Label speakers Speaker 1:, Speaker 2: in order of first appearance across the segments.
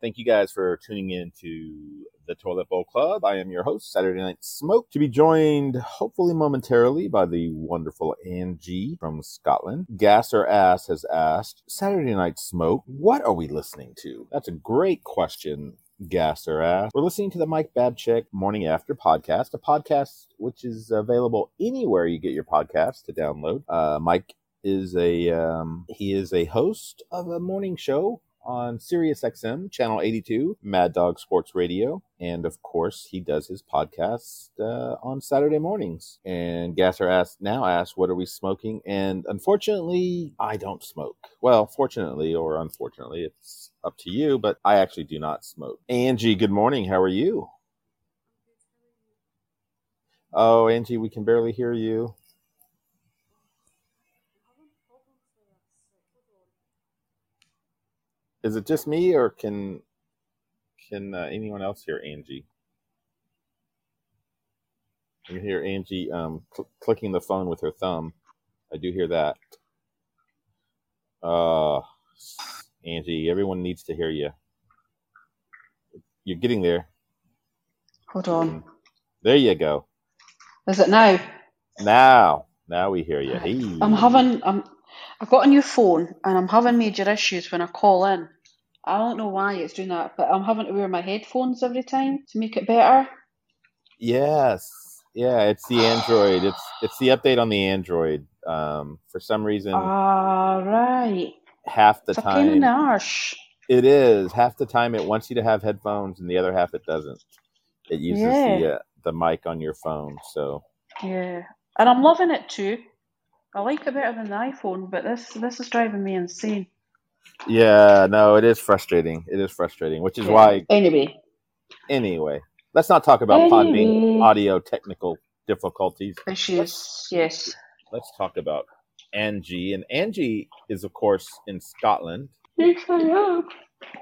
Speaker 1: Thank you guys for tuning in to the Toilet Bowl Club. I am your host, Saturday Night Smoke, to be joined hopefully momentarily by the wonderful Angie from Scotland. Gas or Ass has asked, Saturday Night Smoke, what are we listening to? That's a great question gas or ass. We're listening to the Mike Babchick Morning After podcast, a podcast which is available anywhere you get your podcasts to download. Uh, Mike is a um, he is a host of a morning show on SiriusXM channel 82, Mad Dog Sports Radio, and of course he does his podcast uh, on Saturday mornings. And Gasser asks now asks, "What are we smoking?" And unfortunately, I don't smoke. Well, fortunately or unfortunately, it's up to you. But I actually do not smoke. Angie, good morning. How are you? Oh, Angie, we can barely hear you. Is it just me, or can can uh, anyone else hear Angie? I can hear Angie um, cl- clicking the phone with her thumb. I do hear that. Uh, Angie, everyone needs to hear you. You're getting there.
Speaker 2: Hold
Speaker 1: Mm.
Speaker 2: on.
Speaker 1: There you go.
Speaker 2: Is it now?
Speaker 1: Now, now we hear you. Hey.
Speaker 2: I'm having I'm I've got a new phone and I'm having major issues when I call in. I don't know why it's doing that, but I'm having to wear my headphones every time to make it better.
Speaker 1: Yes, yeah. It's the Android. It's it's the update on the Android. Um, for some reason,
Speaker 2: Ah right.
Speaker 1: half the
Speaker 2: It's a pain
Speaker 1: time
Speaker 2: in the arse.
Speaker 1: It is half the time it wants you to have headphones, and the other half it doesn't. It uses
Speaker 2: Yeah.
Speaker 1: the uh, the mic on your phone. So
Speaker 2: Yeah. And I'm loving it too. I like it better than the iPhone, but this this is driving me insane.
Speaker 1: yeah, no, it is frustrating. It is frustrating, which is
Speaker 2: Yeah.
Speaker 1: why
Speaker 2: Anyway.
Speaker 1: anyway. Let's not talk about Podbean
Speaker 2: Anyway.
Speaker 1: audio technical difficulties. Let's
Speaker 2: Issues, yes.
Speaker 1: let's talk about Angie, and Angie is of course in Scotland,
Speaker 2: Yes, I am.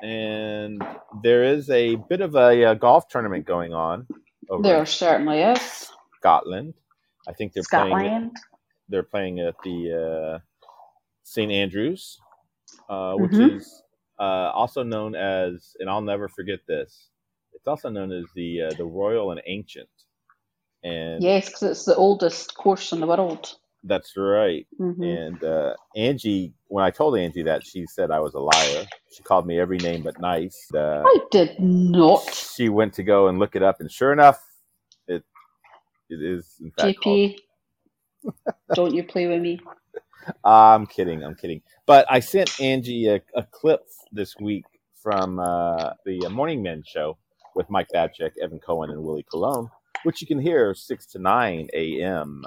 Speaker 1: and there is a bit of a, uh golf tournament going on over in
Speaker 2: There certainly is.
Speaker 1: Scotland. I think they're playing
Speaker 2: Scotland.
Speaker 1: they're playing at the uh, St. Andrews, uh, which
Speaker 2: Mm-hmm.
Speaker 1: is uh, also known as, and I'll never forget this. It's also known as the uh, the Royal and Ancient, and
Speaker 2: Yes, because it's the oldest course in the world.
Speaker 1: that's right.
Speaker 2: hmm
Speaker 1: And uh, Angie, when I told Angie that, she said I was a liar. She called me every name but nice. Uh,
Speaker 2: I did not.
Speaker 1: she went to go and look it up, and sure enough, it it is in fact called
Speaker 2: JP, don't you play with me.
Speaker 1: I'm kidding. I'm kidding. But I sent Angie a, a clip this week from uh, the Morning Men show with Mike Babchick, Evan Cohen, and Willie Colon, which you can hear 6 to 9 a.m.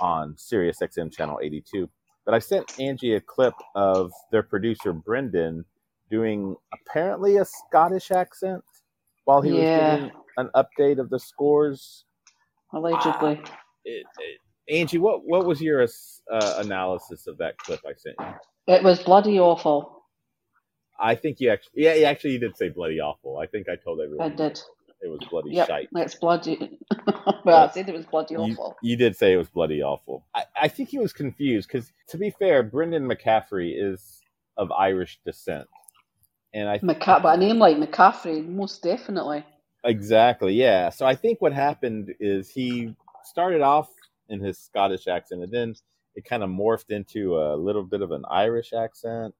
Speaker 1: on Sirius XM Channel 82. But I sent Angie a clip of their producer, Brendan, doing apparently a Scottish accent while he was
Speaker 2: Yeah,
Speaker 1: giving an update of the scores. Ah,
Speaker 2: allegedly.
Speaker 1: it, it, Angie, what, what was your uh, analysis of that clip I sent you?
Speaker 2: It was bloody awful.
Speaker 1: I think you actually, yeah, you actually did say bloody awful. I think I told
Speaker 2: I
Speaker 1: everyone
Speaker 2: did.
Speaker 1: it was bloody
Speaker 2: Yep,
Speaker 1: shite,
Speaker 2: it's bloody. well, I
Speaker 1: but
Speaker 2: said it was bloody
Speaker 1: you
Speaker 2: awful.
Speaker 1: you did say it was bloody awful. I, I think he was confused because, to be fair, Brendan McCaffrey is of Irish descent, and I
Speaker 2: McCa- but a name like McCaffrey, most definitely.
Speaker 1: exactly, yeah. So I think what happened is he started off in his Scottish accent, and then it kind of morphed into a little bit of an Irish accent,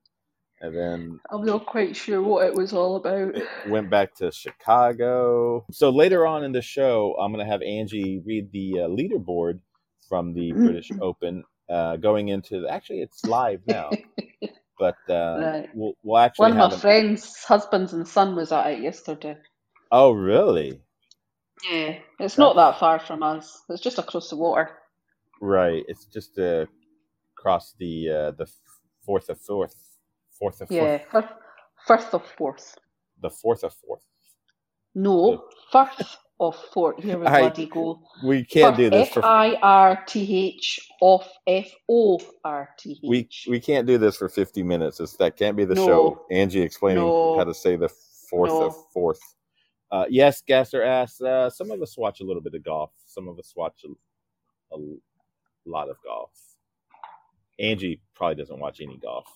Speaker 1: and then
Speaker 2: I'm not quite sure what it was all about.
Speaker 1: it went back to Chicago. So later on in the show, I'm going to have Angie read the uh, leaderboard from the
Speaker 2: Mm-hmm.
Speaker 1: British Open uh, going into actually it's live now, but um,
Speaker 2: right.
Speaker 1: we'll we'll actually
Speaker 2: One of
Speaker 1: have
Speaker 2: my
Speaker 1: an
Speaker 2: friends' husbands and son was at it yesterday.
Speaker 1: oh really
Speaker 2: Yeah. It's not
Speaker 1: that's
Speaker 2: that far from us. It's just across the water.
Speaker 1: right. It's just uh, across the uh, the fourth of fourth, fourth of fourth,
Speaker 2: Yeah, Firth, Firth of Forth.
Speaker 1: the fourth of fourth. The,
Speaker 2: No, Firth of Forth. Here we
Speaker 1: I
Speaker 2: bloody go.
Speaker 1: we can't do
Speaker 2: Firth,
Speaker 1: this
Speaker 2: F
Speaker 1: for
Speaker 2: I R T H, of F O R T
Speaker 1: we
Speaker 2: H.
Speaker 1: we can't do this for 50 minutes it's, that can't be the show
Speaker 2: No,
Speaker 1: angie explaining how to
Speaker 2: no,
Speaker 1: say the fourth of
Speaker 2: no.
Speaker 1: fourth uh, yes gasser asks uh, some of us watch a little bit of golf some of us watch a, a lot of golf angie probably doesn't watch any golf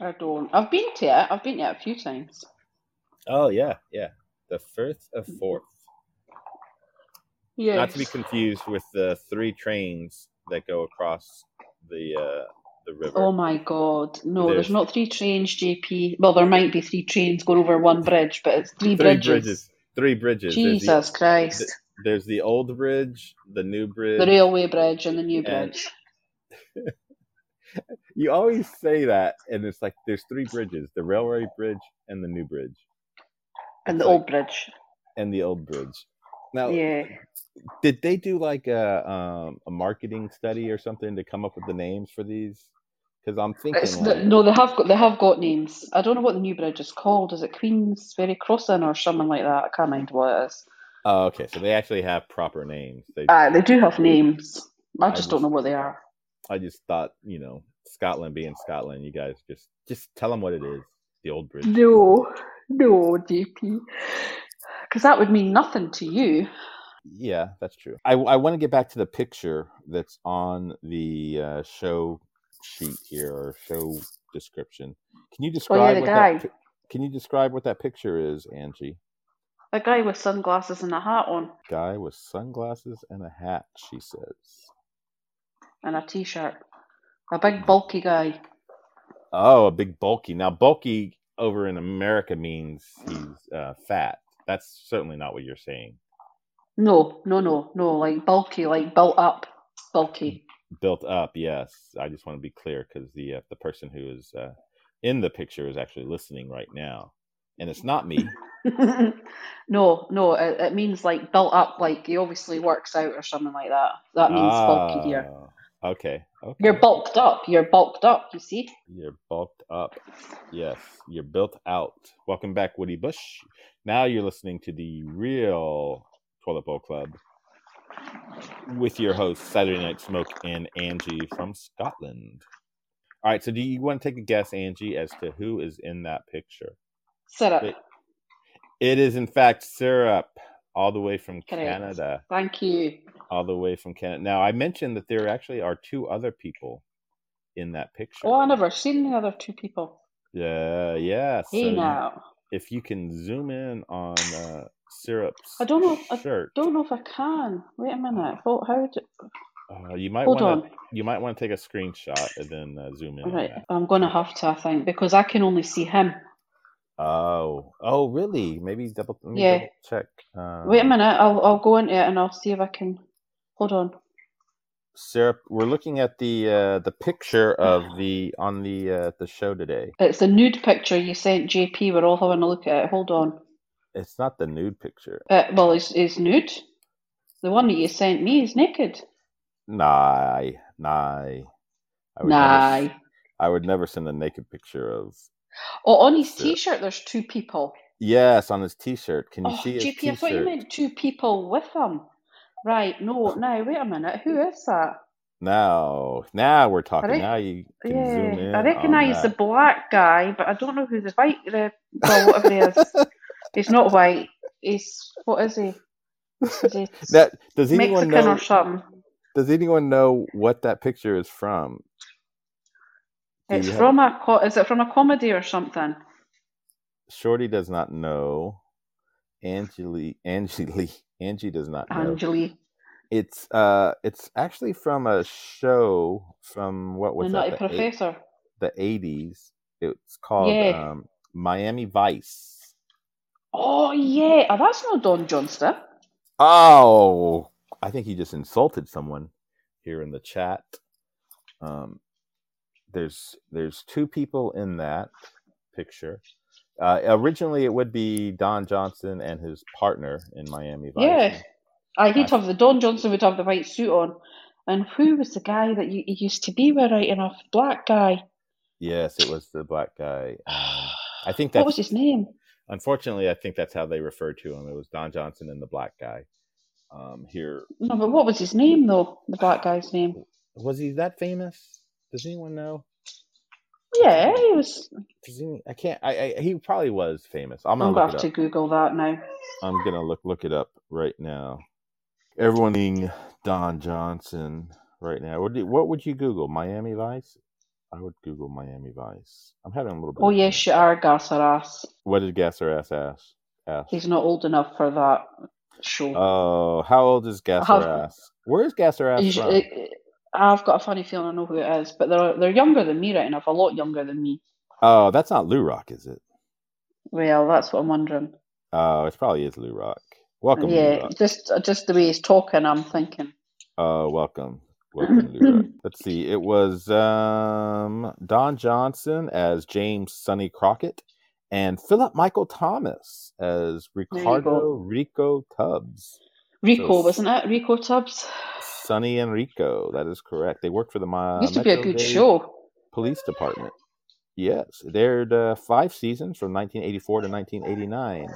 Speaker 2: I don't. I've been to it. I've been to it a few times.
Speaker 1: Oh yeah, yeah. The first of fourth.
Speaker 2: Yes.
Speaker 1: Not to be confused with the three trains that go across the uh, the river.
Speaker 2: Oh my god. No,
Speaker 1: There's-
Speaker 2: there's not three trains, JP. Well, there might be three trains going over one bridge, but it's three,
Speaker 1: three bridges. Three bridges. There's the-
Speaker 2: Jesus Christ.
Speaker 1: There's the old bridge, the new bridge.
Speaker 2: the railway bridge and the new
Speaker 1: And-
Speaker 2: bridge.
Speaker 1: you always say that, and it's like there's three bridges: the railway bridge and the new bridge
Speaker 2: And the
Speaker 1: like-
Speaker 2: old bridge.
Speaker 1: and the old bridge. Now,
Speaker 2: Yeah.
Speaker 1: did they do like a um, a marketing study or something to come up with the names for these? Because I'm thinking,
Speaker 2: It's
Speaker 1: like,
Speaker 2: the, no, they have got they have got names. I don't know what the new bridge is called. Is it Queensferry Crossing or something like that? I can't mind what it is.
Speaker 1: oh, okay, so they actually have proper names. They,
Speaker 2: Uh, they do have names. I just
Speaker 1: just-
Speaker 2: don't know what they are.
Speaker 1: I just thought, you know, Scotland being Scotland, you guys just just tell them what it is. The old bridge.
Speaker 2: No, no, DP. Because that would mean nothing to you.
Speaker 1: Yeah, that's true. I, I want to get back to the picture that's on the uh, show sheet here or show description. Can you describe
Speaker 2: Oh, the
Speaker 1: what
Speaker 2: guy.
Speaker 1: that? pi- Can you describe what that picture is, Angie?
Speaker 2: A guy with sunglasses and a hat on
Speaker 1: Guy with sunglasses and a hat. She says.
Speaker 2: and a t shirt. A big bulky guy.
Speaker 1: Oh, a big bulky. Now, bulky over in America means he's uh, fat. That's certainly not what you're saying.
Speaker 2: No, no, no, no. Like bulky, like built up, bulky.
Speaker 1: Built up, yes. I just want to be clear because the uh, the person who is uh, in the picture is actually listening right now, and it's not me.
Speaker 2: no, no. It, it means like built up, like he obviously works out or something like that. That means bulky here.
Speaker 1: Ah, Okay. Okay.
Speaker 2: You're bulked up. You're bulked up. You see.
Speaker 1: You're bulked up. Yes. You're built out. Welcome back, Woody Bush. Now you're listening to the real Toilet Bowl Club with your hosts, Saturday Night Smoke and Angie from Scotland. All right. So, do you want to take a guess, Angie, as to who is in that picture?
Speaker 2: Sit up.
Speaker 1: Wait. It is, in fact, syrup, all the way from
Speaker 2: Correct.
Speaker 1: Canada.
Speaker 2: Thank you.
Speaker 1: all the way from Canada. Now, I mentioned that there actually are two other people in that picture.
Speaker 2: Oh, I never seen the other two people.
Speaker 1: Yeah, yeah.
Speaker 2: Hey
Speaker 1: so you-
Speaker 2: now.
Speaker 1: if you can zoom in on uh, Syrup's
Speaker 2: I don't know- I
Speaker 1: shirt,
Speaker 2: Don't know if I can. Wait a minute. What, how do,
Speaker 1: uh, you might
Speaker 2: hold
Speaker 1: want
Speaker 2: on.
Speaker 1: to you might want to take a screenshot and then uh, zoom in. on
Speaker 2: Right,
Speaker 1: that.
Speaker 2: I'm gonna have to, I think, because I can only see him.
Speaker 1: Oh, oh, really? Maybe double. Let me
Speaker 2: Yeah.
Speaker 1: double check. Um,
Speaker 2: Wait a minute. I'll I'll go into it and I'll see if I can. Hold on.
Speaker 1: Syrup. We're looking at the uh, the picture of the on the uh, the show today.
Speaker 2: It's the nude picture you sent JP. We're all having a look at it. Hold on.
Speaker 1: It's not the nude picture.
Speaker 2: Uh, well, he's, he's nude. The one that you sent me is naked.
Speaker 1: Nah, nah. I would never
Speaker 2: Nah.
Speaker 1: s- I would never send a naked picture of.
Speaker 2: Oh, on his
Speaker 1: Sure.
Speaker 2: T-shirt, there's two people.
Speaker 1: Yes, on his T-shirt. Can you
Speaker 2: Oh,
Speaker 1: see his
Speaker 2: JP, I
Speaker 1: T-shirt?
Speaker 2: thought you meant two people with him. Right. No. Now, wait a minute. Who is that?
Speaker 1: Now, now we're talking.
Speaker 2: rec-
Speaker 1: now you can zoom in.
Speaker 2: Yeah, I
Speaker 1: on
Speaker 2: recognise the
Speaker 1: that.
Speaker 2: black guy, but I don't know who the white. The, well, whatever he is. He's not white. He's what is he? Is he
Speaker 1: That does anyone
Speaker 2: Mexican
Speaker 1: know?
Speaker 2: or something?
Speaker 1: Does anyone know what that picture is from? Do
Speaker 2: It's
Speaker 1: you have-
Speaker 2: from a co- is it from a comedy or something?
Speaker 1: Shorty does not know. Angie, Angie, Lee- Angie does not know.
Speaker 2: Angeli.
Speaker 1: It's uh, it's actually from a show from what
Speaker 2: The
Speaker 1: was
Speaker 2: Nutty
Speaker 1: that? The eight-
Speaker 2: Professor.
Speaker 1: the eighties. It's called
Speaker 2: Yeah.
Speaker 1: um, Miami Vice.
Speaker 2: Oh yeah. Oh, that's not Don Johnston.
Speaker 1: Oh, I think he just insulted someone here in the chat. Um, there's there's two people in that picture. Uh, originally, it would be Don Johnson and his partner in Miami Vice.
Speaker 2: Yeah. Aye, he'd
Speaker 1: That's-
Speaker 2: have the Don Johnson would have the white suit on. And who was the guy that you, he used to be with right enough? Black guy.
Speaker 1: Yes, it was the black guy. Um, I think
Speaker 2: What
Speaker 1: that's
Speaker 2: was his name?
Speaker 1: unfortunately, I think that's how they referred to him. It was Don Johnson and the black guy. Um, here
Speaker 2: No, but what was his name though? The black guy's name.
Speaker 1: was he that famous? Does anyone know?
Speaker 2: Yeah, he was.
Speaker 1: Does any, I can't. I, I he probably was famous. I'm gonna
Speaker 2: I'm
Speaker 1: look
Speaker 2: gonna
Speaker 1: it
Speaker 2: have
Speaker 1: up.
Speaker 2: to Google that now.
Speaker 1: I'm gonna look look it up right now. Everyone being Don Johnson right now. What, do, what would you Google? Miami Vice? I would Google Miami Vice. I'm having a little bit.
Speaker 2: Oh
Speaker 1: of-
Speaker 2: yes, you are, Garth or ass.
Speaker 1: What did Gasser ass ask? ask?
Speaker 2: He's not old enough for that show.
Speaker 1: Oh, how old is Gasser
Speaker 2: have-
Speaker 1: ass? Where is Gasser ass
Speaker 2: He's-
Speaker 1: from?
Speaker 2: it- it- I've got a funny feeling I know who it is, but they're they're younger than me right enough, a lot younger than me.
Speaker 1: Oh, that's not Lou Rock, is it?
Speaker 2: Well, that's what I'm wondering.
Speaker 1: Oh, it probably is Lou Rock. Welcome, Lou
Speaker 2: yeah,
Speaker 1: Rock.
Speaker 2: just just the way he's talking, I'm thinking.
Speaker 1: Uh, welcome. Welcome, Lou Rock. Let's see. It was um, Don Johnson as James Sonny Crockett and Philip Michael Thomas as
Speaker 2: you go.
Speaker 1: Ricardo Rico Tubbs.
Speaker 2: Rico,
Speaker 1: So-
Speaker 2: wasn't it? Rico Tubbs
Speaker 1: Sonny and Rico. That is correct. They worked for the Mi-
Speaker 2: used to be a
Speaker 1: Metro
Speaker 2: good
Speaker 1: Dade
Speaker 2: show.
Speaker 1: Police Department. Yes, it aired uh, five seasons from 1984 to 1989.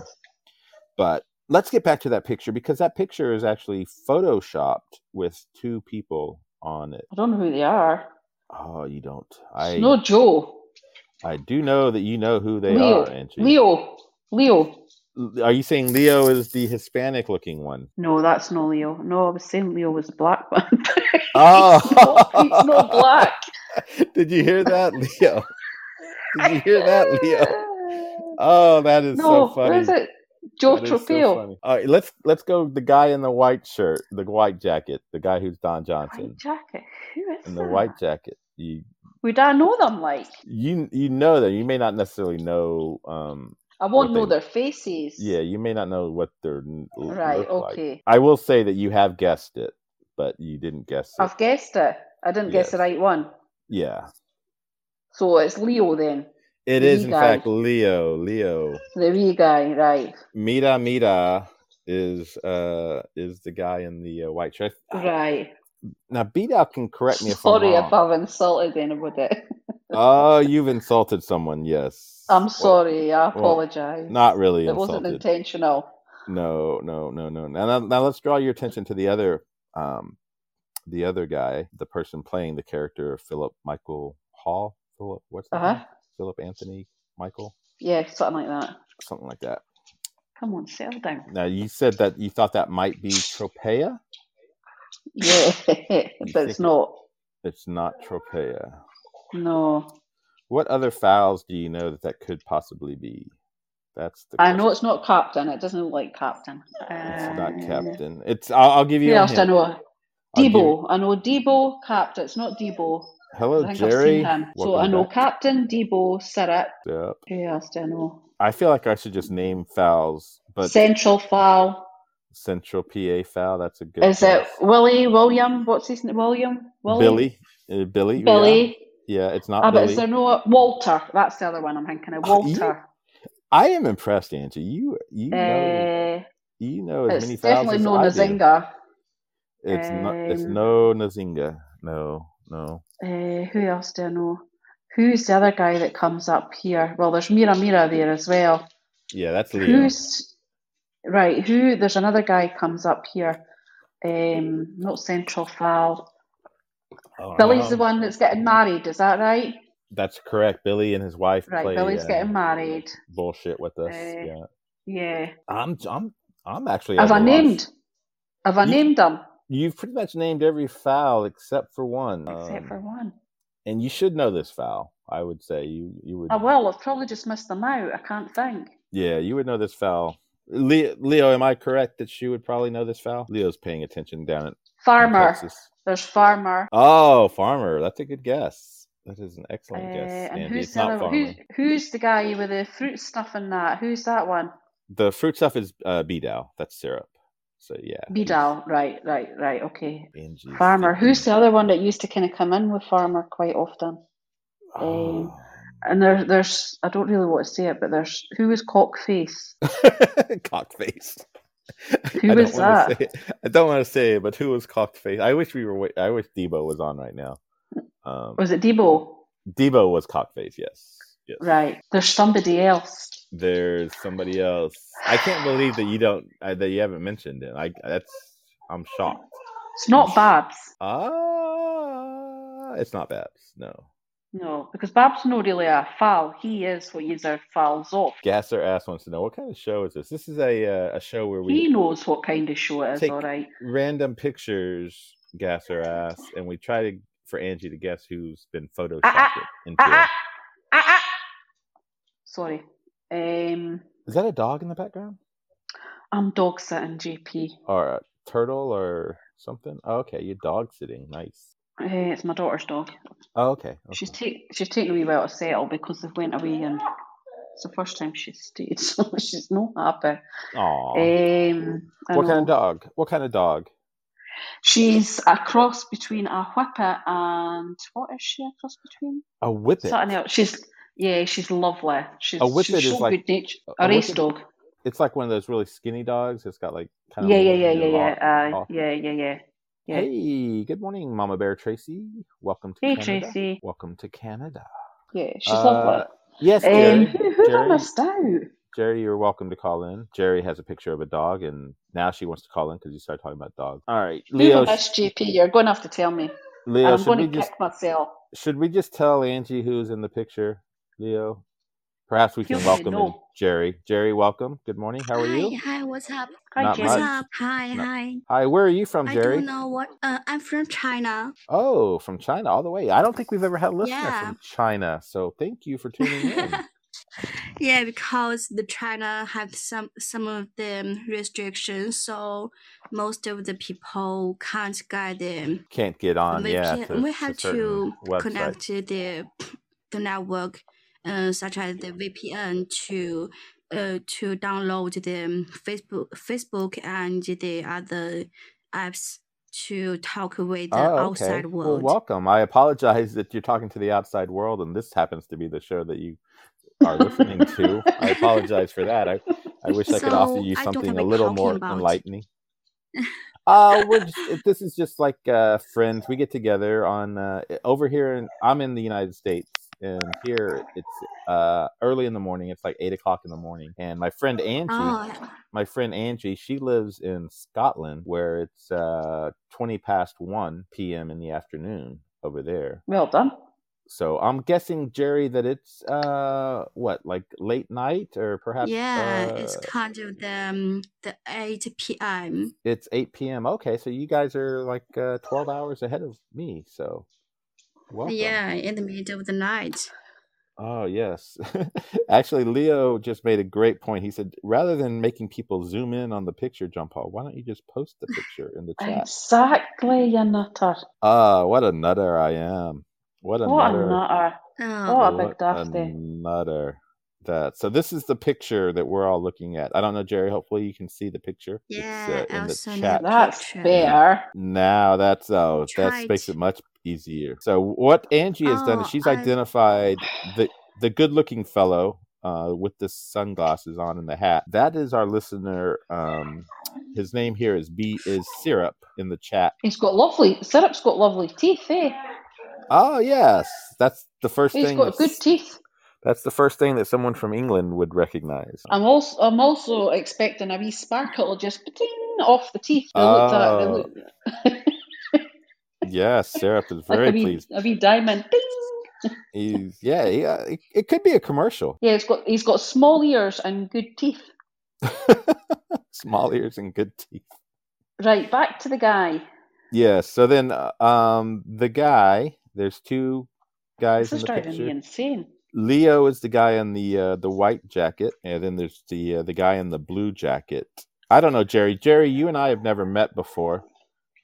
Speaker 1: But let's get back to that picture because that picture is actually photoshopped with two people on it.
Speaker 2: I don't know who they are.
Speaker 1: Oh, you don't.
Speaker 2: It's
Speaker 1: I
Speaker 2: no Joe.
Speaker 1: I do know that you know who they
Speaker 2: Leo.
Speaker 1: are, Angie.
Speaker 2: Leo. Leo.
Speaker 1: L- Are you saying Leo is the Hispanic looking one?
Speaker 2: No, that's no Leo. No, I was saying Leo was the black one.
Speaker 1: Oh,
Speaker 2: no, he's not black.
Speaker 1: Did you hear that, Leo? Did you hear that, Leo? Oh, that is
Speaker 2: no,
Speaker 1: so funny.
Speaker 2: what is it? Joe
Speaker 1: That is so
Speaker 2: Tropeo.
Speaker 1: funny. All right, let's let's go. The guy in the white shirt, the white jacket, the guy who's Don
Speaker 2: white
Speaker 1: Johnson
Speaker 2: jacket. Who is
Speaker 1: in the
Speaker 2: that?
Speaker 1: white jacket. You
Speaker 2: Would I know them like?
Speaker 1: you you know that you may not necessarily know. Um,
Speaker 2: I won't
Speaker 1: What
Speaker 2: know
Speaker 1: they-
Speaker 2: their faces.
Speaker 1: yeah, you may not know what they're n- l-
Speaker 2: Right,
Speaker 1: look like.
Speaker 2: okay.
Speaker 1: I will say that you have guessed it, but you didn't guess it.
Speaker 2: I've guessed it. I didn't guess the
Speaker 1: Yes.
Speaker 2: right one.
Speaker 1: yeah,
Speaker 2: So it's Leo then.
Speaker 1: it is in
Speaker 2: Levi.
Speaker 1: fact Leo. Leo
Speaker 2: The wee guy, right.
Speaker 1: Mira Mira is uh is the guy in the uh, white shirt.
Speaker 2: Right.
Speaker 1: Now, B Dal can correct me if
Speaker 2: Sorry
Speaker 1: I'm wrong.
Speaker 2: if I've insulted anybody.
Speaker 1: Oh, you've insulted someone, yes.
Speaker 2: I'm
Speaker 1: Well,
Speaker 2: sorry. I
Speaker 1: well,
Speaker 2: apologise.
Speaker 1: not really
Speaker 2: it wasn't
Speaker 1: insulted.
Speaker 2: intentional.
Speaker 1: No, no, no, no. Now, now, now let's draw your attention to the other, um, the other guy, the person playing the character of Philip Michael Hall. Philip, what's that?
Speaker 2: Uh-huh.
Speaker 1: Philip Anthony Michael,
Speaker 2: Yeah, something like that.
Speaker 1: something like that.
Speaker 2: Come on, settle down.
Speaker 1: Now, you said that you thought that might be Tropea.
Speaker 2: Yeah, but
Speaker 1: think
Speaker 2: it's
Speaker 1: it-
Speaker 2: not.
Speaker 1: It's not Tropea.
Speaker 2: No,
Speaker 1: What other fowls do you know that that could possibly be? That's the.
Speaker 2: I know
Speaker 1: question.
Speaker 2: it's not Captain. It doesn't look like Captain.
Speaker 1: It's
Speaker 2: Uh,
Speaker 1: not Captain. It's. I'll, I'll give
Speaker 2: Who
Speaker 1: you. a
Speaker 2: else do I
Speaker 1: hint.
Speaker 2: know?
Speaker 1: I'll give you-
Speaker 2: Debo. I know Debo, Captain. It's not Debo.
Speaker 1: Hello,
Speaker 2: I think
Speaker 1: Jerry.
Speaker 2: I've seen him. So
Speaker 1: Welcome
Speaker 2: I know
Speaker 1: back.
Speaker 2: Captain, Debo, Sirat.
Speaker 1: Yep.
Speaker 2: Who else do I know?
Speaker 1: I feel like I should just name fouls, but
Speaker 2: Central Foul.
Speaker 1: Central PA foul. That's a good.
Speaker 2: Is it
Speaker 1: guess.
Speaker 2: Willie, William? What's his name? William? Willie?
Speaker 1: Billy? Uh, Billy. yeah.
Speaker 2: Billy.
Speaker 1: Yeah, it's not
Speaker 2: Ah, but
Speaker 1: Billy.
Speaker 2: is there no Walter? That's the other one I'm thinking of.
Speaker 1: Oh, you
Speaker 2: Walter.
Speaker 1: I am impressed, Angie. You you know
Speaker 2: Eh,
Speaker 1: you know as many
Speaker 2: it's
Speaker 1: fouls
Speaker 2: definitely
Speaker 1: as
Speaker 2: no
Speaker 1: I do.
Speaker 2: Nazinga.
Speaker 1: It's not. It's
Speaker 2: Um,
Speaker 1: no Nazinga. No, no.
Speaker 2: Uh, who else do I know? Who's the other guy that comes up here? Well, there's Mira Mira there as well.
Speaker 1: Yeah, that's Leo.
Speaker 2: Who's right? Who? There's another guy comes up here. Um, not Central Fal.
Speaker 1: Oh,
Speaker 2: Billy's
Speaker 1: no.
Speaker 2: the one that's getting married. Is that right?
Speaker 1: That's correct. Billy and his wife
Speaker 2: Right.
Speaker 1: play.
Speaker 2: Billy's
Speaker 1: uh,
Speaker 2: getting married.
Speaker 1: Bullshit with us.
Speaker 2: Uh,
Speaker 1: yeah.
Speaker 2: Yeah.
Speaker 1: I'm. I'm. I'm actually.
Speaker 2: Have
Speaker 1: at
Speaker 2: I
Speaker 1: a loss.
Speaker 2: named? Have I
Speaker 1: You-
Speaker 2: named them?
Speaker 1: You've pretty much named every foul except for one.
Speaker 2: Except
Speaker 1: um,
Speaker 2: for one.
Speaker 1: and you should know this foul. I would say you you would.
Speaker 2: Oh well, I've probably just missed them out. I can't think.
Speaker 1: Yeah, you would know this foul. Leo, Leo, am I correct that she would probably know this foul? Leo's paying attention down at in
Speaker 2: Farmer.
Speaker 1: Texas.
Speaker 2: There's Farmer.
Speaker 1: Oh, farmer. That's a good guess. That is an excellent
Speaker 2: Uh,
Speaker 1: guess,
Speaker 2: and
Speaker 1: Andy.
Speaker 2: who's
Speaker 1: It's
Speaker 2: the
Speaker 1: not
Speaker 2: other,
Speaker 1: farmer.
Speaker 2: who's, who's the guy with the fruit stuff and that? Who's that one?
Speaker 1: The fruit stuff is uh, Bidal. That's syrup. So yeah, he's-
Speaker 2: Bidal, right, right, right. Okay.
Speaker 1: Angie's
Speaker 2: Farmer. Who's the
Speaker 1: thinking-
Speaker 2: other one that used to kind of come in with Farmer quite often?
Speaker 1: Oh.
Speaker 2: And there, there's I don't really want to say it, but there's who was Cockface?
Speaker 1: cockface.
Speaker 2: Who
Speaker 1: I don't
Speaker 2: was
Speaker 1: wanna
Speaker 2: that?
Speaker 1: Say it. I don't want to say it, but who was cockface? I wish we were. wa- I wish Debo was on right now. Um,
Speaker 2: Was it Debo?
Speaker 1: Debo was cockface. Yes. Yes.
Speaker 2: Right. There's somebody else.
Speaker 1: There's somebody else. I can't believe that you don't. Uh, that you haven't mentioned it. I. That's. I'm shocked.
Speaker 2: It's not Babs.
Speaker 1: Ah, it's not bad. No.
Speaker 2: No, because Babs not really a foul. He is what you are fouls off.
Speaker 1: Gasser ass wants to know what kind of show is this. This is a uh, a show where we
Speaker 2: He knows what kind of show it is,
Speaker 1: Take-
Speaker 2: all right.
Speaker 1: random pictures gas her ass and we try to for Angie to guess who's been photoshopped
Speaker 2: Ah,
Speaker 1: into.
Speaker 2: Ah, ah, ah, ah. Sorry. Um,
Speaker 1: Is that a dog in the background
Speaker 2: I'm dog sitting, JP.
Speaker 1: or a turtle or something? Oh, okay, you're dog sitting. Nice.
Speaker 2: Uh, it's my daughter's dog.
Speaker 1: Oh, okay. okay.
Speaker 2: She's take she's taken a wee while to settle because they've went away and it's the first time she's stayed, so she's not happy.
Speaker 1: Aw.
Speaker 2: Um, I
Speaker 1: Oh. what kind
Speaker 2: know.
Speaker 1: of dog? What kind of dog?
Speaker 2: She's a cross between a whippet and what is she a cross between?
Speaker 1: A whippet.
Speaker 2: Something else. She's yeah, she's lovely. She's
Speaker 1: A whippet
Speaker 2: she's
Speaker 1: is
Speaker 2: so
Speaker 1: like-
Speaker 2: good natured.
Speaker 1: a-
Speaker 2: A,
Speaker 1: a
Speaker 2: race
Speaker 1: whippet-
Speaker 2: dog.
Speaker 1: It's like one of those really skinny dogs. It's got like kind
Speaker 2: Yeah,
Speaker 1: of
Speaker 2: yeah, yeah, yeah,
Speaker 1: long-
Speaker 2: yeah, uh,
Speaker 1: long-
Speaker 2: yeah, yeah, yeah. yeah.
Speaker 1: Hey, good morning, Mama Bear Tracy. Welcome to
Speaker 2: Hey,
Speaker 1: Canada.
Speaker 2: Tracy.
Speaker 1: Welcome to Canada.
Speaker 2: Yeah, she's
Speaker 1: Uh,
Speaker 2: lovely.
Speaker 1: Yes, Jerry.
Speaker 2: Um, who, who have I
Speaker 1: Jerry,
Speaker 2: missed out?
Speaker 1: Jerry, you're welcome to call in. Jerry has a picture of a dog, and now she wants to call in because you started talking about dogs. All right,
Speaker 2: Leo,
Speaker 1: Leo.
Speaker 2: have I missed, JP? You're going to have to tell me.
Speaker 1: Leo,
Speaker 2: I'm
Speaker 1: should
Speaker 2: going
Speaker 1: we
Speaker 2: to
Speaker 1: just
Speaker 2: kick myself.
Speaker 1: should we just tell Angie who's in the picture, Leo? Perhaps we
Speaker 2: He'll
Speaker 1: can
Speaker 2: say
Speaker 1: welcome in
Speaker 2: no.
Speaker 1: Jerry. Jerry, welcome. Good morning. How are
Speaker 3: hi,
Speaker 1: you?
Speaker 3: Hi, what's up?
Speaker 2: Hi,
Speaker 1: Not
Speaker 2: Jerry.
Speaker 3: What's
Speaker 1: much.
Speaker 3: up? Hi,
Speaker 1: No.
Speaker 3: hi.
Speaker 1: Hi, where are you from,
Speaker 3: I
Speaker 1: Jerry?
Speaker 3: don't know what. Uh, I'm from China.
Speaker 1: Oh, from China all the way. I don't think we've ever had a listener
Speaker 3: Yeah.
Speaker 1: from China. So thank you for tuning in.
Speaker 3: yeah, because the China have some some of the restrictions, so most of the people can't get the
Speaker 1: Can't get on.
Speaker 3: VPN.
Speaker 1: yeah. to-
Speaker 3: we have
Speaker 1: certain
Speaker 3: to
Speaker 1: websites.
Speaker 3: connect to the the network, uh, such as the VPN to. Uh, to download the Facebook, Facebook and the other apps to talk with the
Speaker 1: Oh, okay.
Speaker 3: outside
Speaker 1: Well,
Speaker 3: world.
Speaker 1: welcome. I apologize that you're talking to the outside world, and this happens to be the show that you are listening to. I apologize for that. I, I wish I could offer
Speaker 3: So,
Speaker 1: you
Speaker 3: I don't
Speaker 1: something
Speaker 3: have
Speaker 1: a
Speaker 3: a
Speaker 1: little
Speaker 3: talking
Speaker 1: more
Speaker 3: about.
Speaker 1: enlightening. Uh, we're just, it- this is just like uh, friends. We get together on uh, over here, and I'm in the United States, and here it's uh, early in the morning. It's like eight o'clock in the morning, and my friend Angie,
Speaker 3: Oh,
Speaker 1: my friend Angie, she lives in Scotland, where it's uh, twenty past one p.m. in the afternoon over there.
Speaker 2: Well done.
Speaker 1: So I'm guessing Jerry that it's uh what like late night or perhaps
Speaker 3: yeah,
Speaker 1: uh,
Speaker 3: it's kind of the um, the eight p.m.
Speaker 1: It's 8 p.m. Okay, so you guys are like uh, 12 hours ahead of me. So, welcome.
Speaker 3: Yeah, in the middle of the night.
Speaker 1: Oh, yes. Actually, Leo just made a great point. He said, rather than making people zoom in on the picture, John Paul, why don't you just post the picture in the chat?
Speaker 2: Exactly, you nutter.
Speaker 1: Ah, what a nutter I am. What a
Speaker 2: What a
Speaker 1: nutter.
Speaker 2: nutter.
Speaker 3: Oh,
Speaker 2: What a big
Speaker 1: What a
Speaker 2: dafty.
Speaker 1: nutter. That. So, this is the picture that we're all looking at. I don't know, Jerry. Hopefully, you can see the picture. It's,
Speaker 3: yeah,
Speaker 1: uh, in the
Speaker 3: also
Speaker 1: chat.
Speaker 3: no
Speaker 2: That's
Speaker 3: picture.
Speaker 2: fair.
Speaker 1: Now that's oh, that
Speaker 3: Tried.
Speaker 1: makes it much easier. So what Angie has done is
Speaker 3: Oh,
Speaker 1: she's
Speaker 3: I-
Speaker 1: identified the the good looking fellow uh, with the sunglasses on and the hat. That is our listener. Um, his name here is B is syrup in the chat.
Speaker 2: He's got lovely, syrup's got lovely teeth, eh?
Speaker 1: Oh yes, that's the 1st
Speaker 2: He's
Speaker 1: thing.
Speaker 2: got good
Speaker 1: that's-
Speaker 2: teeth.
Speaker 1: that's the first thing that someone from England would recognize.
Speaker 2: I'm also I'm also expecting a wee sparkle just ding off the teeth. They looked at they
Speaker 1: Oh,
Speaker 2: look
Speaker 1: Yes, syrup is
Speaker 2: like a
Speaker 1: very
Speaker 2: wee
Speaker 1: pleased.
Speaker 2: a wee diamond. Ding.
Speaker 1: He's, yeah, he, uh, it, it could be a commercial.
Speaker 2: Yeah, he's got he's got small ears and good teeth.
Speaker 1: Small ears and good teeth.
Speaker 2: Right, back to the guy.
Speaker 1: Yeah. So then, uh, um, the guy. There's two guys
Speaker 2: This
Speaker 1: in
Speaker 2: is
Speaker 1: the
Speaker 2: driving me
Speaker 1: picture.
Speaker 2: insane.
Speaker 1: Leo is the guy in the uh, the white jacket, and then there's the uh, the guy in the blue jacket. I don't know, Jerry. Jerry, you and I have never met before.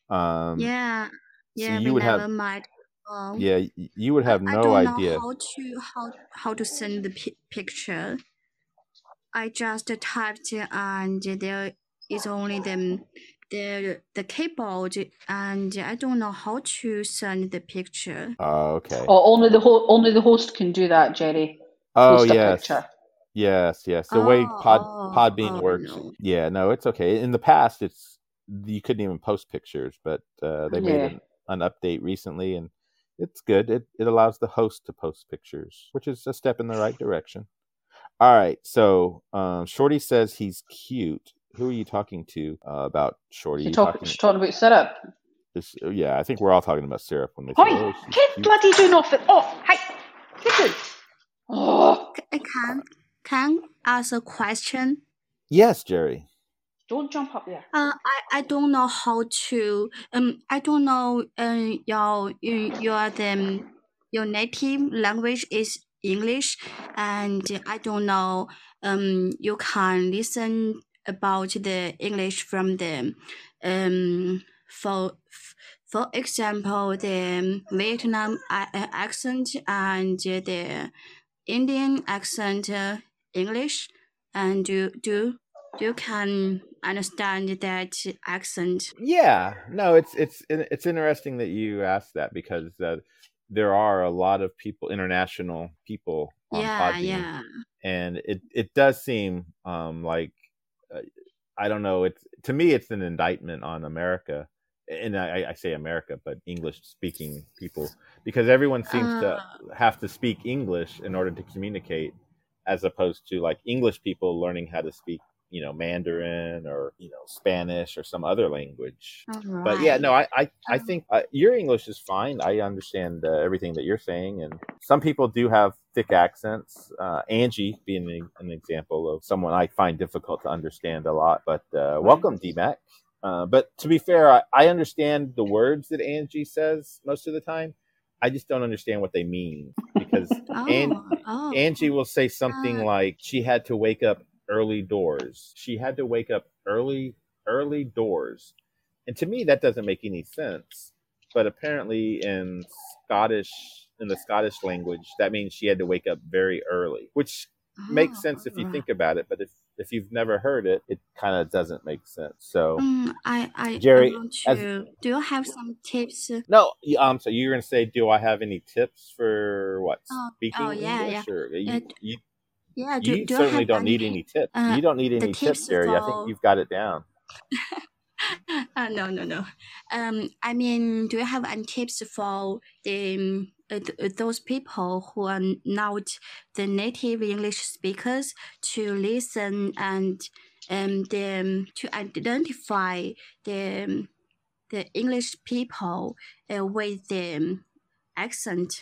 Speaker 1: Um,
Speaker 3: yeah, yeah,
Speaker 1: you
Speaker 3: we
Speaker 1: would have-
Speaker 3: never mind. Um,
Speaker 1: yeah, y- you would
Speaker 3: I-
Speaker 1: have
Speaker 3: I,
Speaker 1: no
Speaker 3: don't
Speaker 1: idea.
Speaker 3: know how to how how to send the pi- picture. I just typed and there is only the the the keyboard and I don't know how to send the picture.
Speaker 1: Oh, okay. Oh,
Speaker 2: Oh, only the ho- only the host can do that, Jerry. Post a
Speaker 1: yes.
Speaker 2: picture.
Speaker 1: Yes, yes. The way
Speaker 3: Oh,
Speaker 1: Pod
Speaker 3: oh,
Speaker 1: Podbean
Speaker 3: oh,
Speaker 1: works.
Speaker 3: no.
Speaker 1: Yeah, no, it's okay. In the past, it's you couldn't even post pictures, but uh, they made
Speaker 2: Yeah.
Speaker 1: an, an update recently, and it's good. It it allows the host to post pictures, which is a step in the right direction. All right, so um, Shorty says he's cute. Who are you talking to uh, about Shorty?
Speaker 2: She
Speaker 1: You
Speaker 2: talk,
Speaker 1: talking?
Speaker 2: she's talking about syrup.
Speaker 1: This, yeah, I think we're all talking about syrup when they say,
Speaker 2: Hi,
Speaker 1: "Oh, she's
Speaker 2: get
Speaker 1: cute."
Speaker 2: bloody doing off it. Oh, hi, listen. Oh,
Speaker 3: I can can ask a question.
Speaker 1: Yes, Jerry.
Speaker 2: Don't jump up there.
Speaker 3: Uh, I, I don't know how to um I don't know um your you your the your native language is English and I don't know um you can listen about the English from the um for for example the Vietnam a- a- accent and the Indian accent uh, English and you do you can understand that accent.
Speaker 1: Yeah, no, it's it's it's interesting that you asked that because uh, there are a lot of people, international people on
Speaker 3: yeah,
Speaker 1: Podbean,
Speaker 3: yeah.
Speaker 1: and it it does seem um like uh, I don't know. It's to me, it's an indictment on America, and I, I say America, but English speaking people because everyone seems to have to speak English in order to communicate, as opposed to like English people learning how to speak, you know, Mandarin or you know Spanish or some other language. But yeah, no, I I, I
Speaker 3: Um,
Speaker 1: think uh, your English is fine. I understand uh, everything that you're saying, and some people do have thick accents. Uh, Angie being an, an example of someone I find difficult to understand a lot. But uh, welcome, DMAC. Uh, but to be fair, I, I understand the words that Angie says most of the time. I just don't understand what they mean because
Speaker 3: oh,
Speaker 1: and
Speaker 3: oh.
Speaker 1: Angie will say something
Speaker 3: Uh,
Speaker 1: like she had to wake up early doors. She had to wake up early early doors. And to me that doesn't make any sense. But apparently in Scottish in the Scottish language that means she had to wake up very early, which makes
Speaker 3: oh,
Speaker 1: sense if you
Speaker 3: right.
Speaker 1: think about it, but if if you've never heard it, it kind of doesn't make sense. So
Speaker 3: Mm, I, I,
Speaker 1: Jerry,
Speaker 3: I want
Speaker 1: as-
Speaker 3: to. Do you have some tips?
Speaker 1: no, y- um. So you're gonna say, do I have any tips for what
Speaker 3: Oh,
Speaker 1: speaking
Speaker 3: oh yeah, yeah,
Speaker 1: English, or
Speaker 3: Uh,
Speaker 1: you, you,
Speaker 3: yeah. Do,
Speaker 1: you
Speaker 3: do you
Speaker 1: certainly
Speaker 3: have
Speaker 1: don't
Speaker 3: any?
Speaker 1: need any tips.
Speaker 3: Uh,
Speaker 1: You don't need
Speaker 3: the
Speaker 1: any tips,
Speaker 3: tips
Speaker 1: Jerry. I think
Speaker 3: for
Speaker 1: you've got it down.
Speaker 3: Uh, no, no, no. Um, I mean, do you have any tips for the um, uh, th- those people who are not the native English speakers to listen and um, them to identify the the English people uh, with the accent,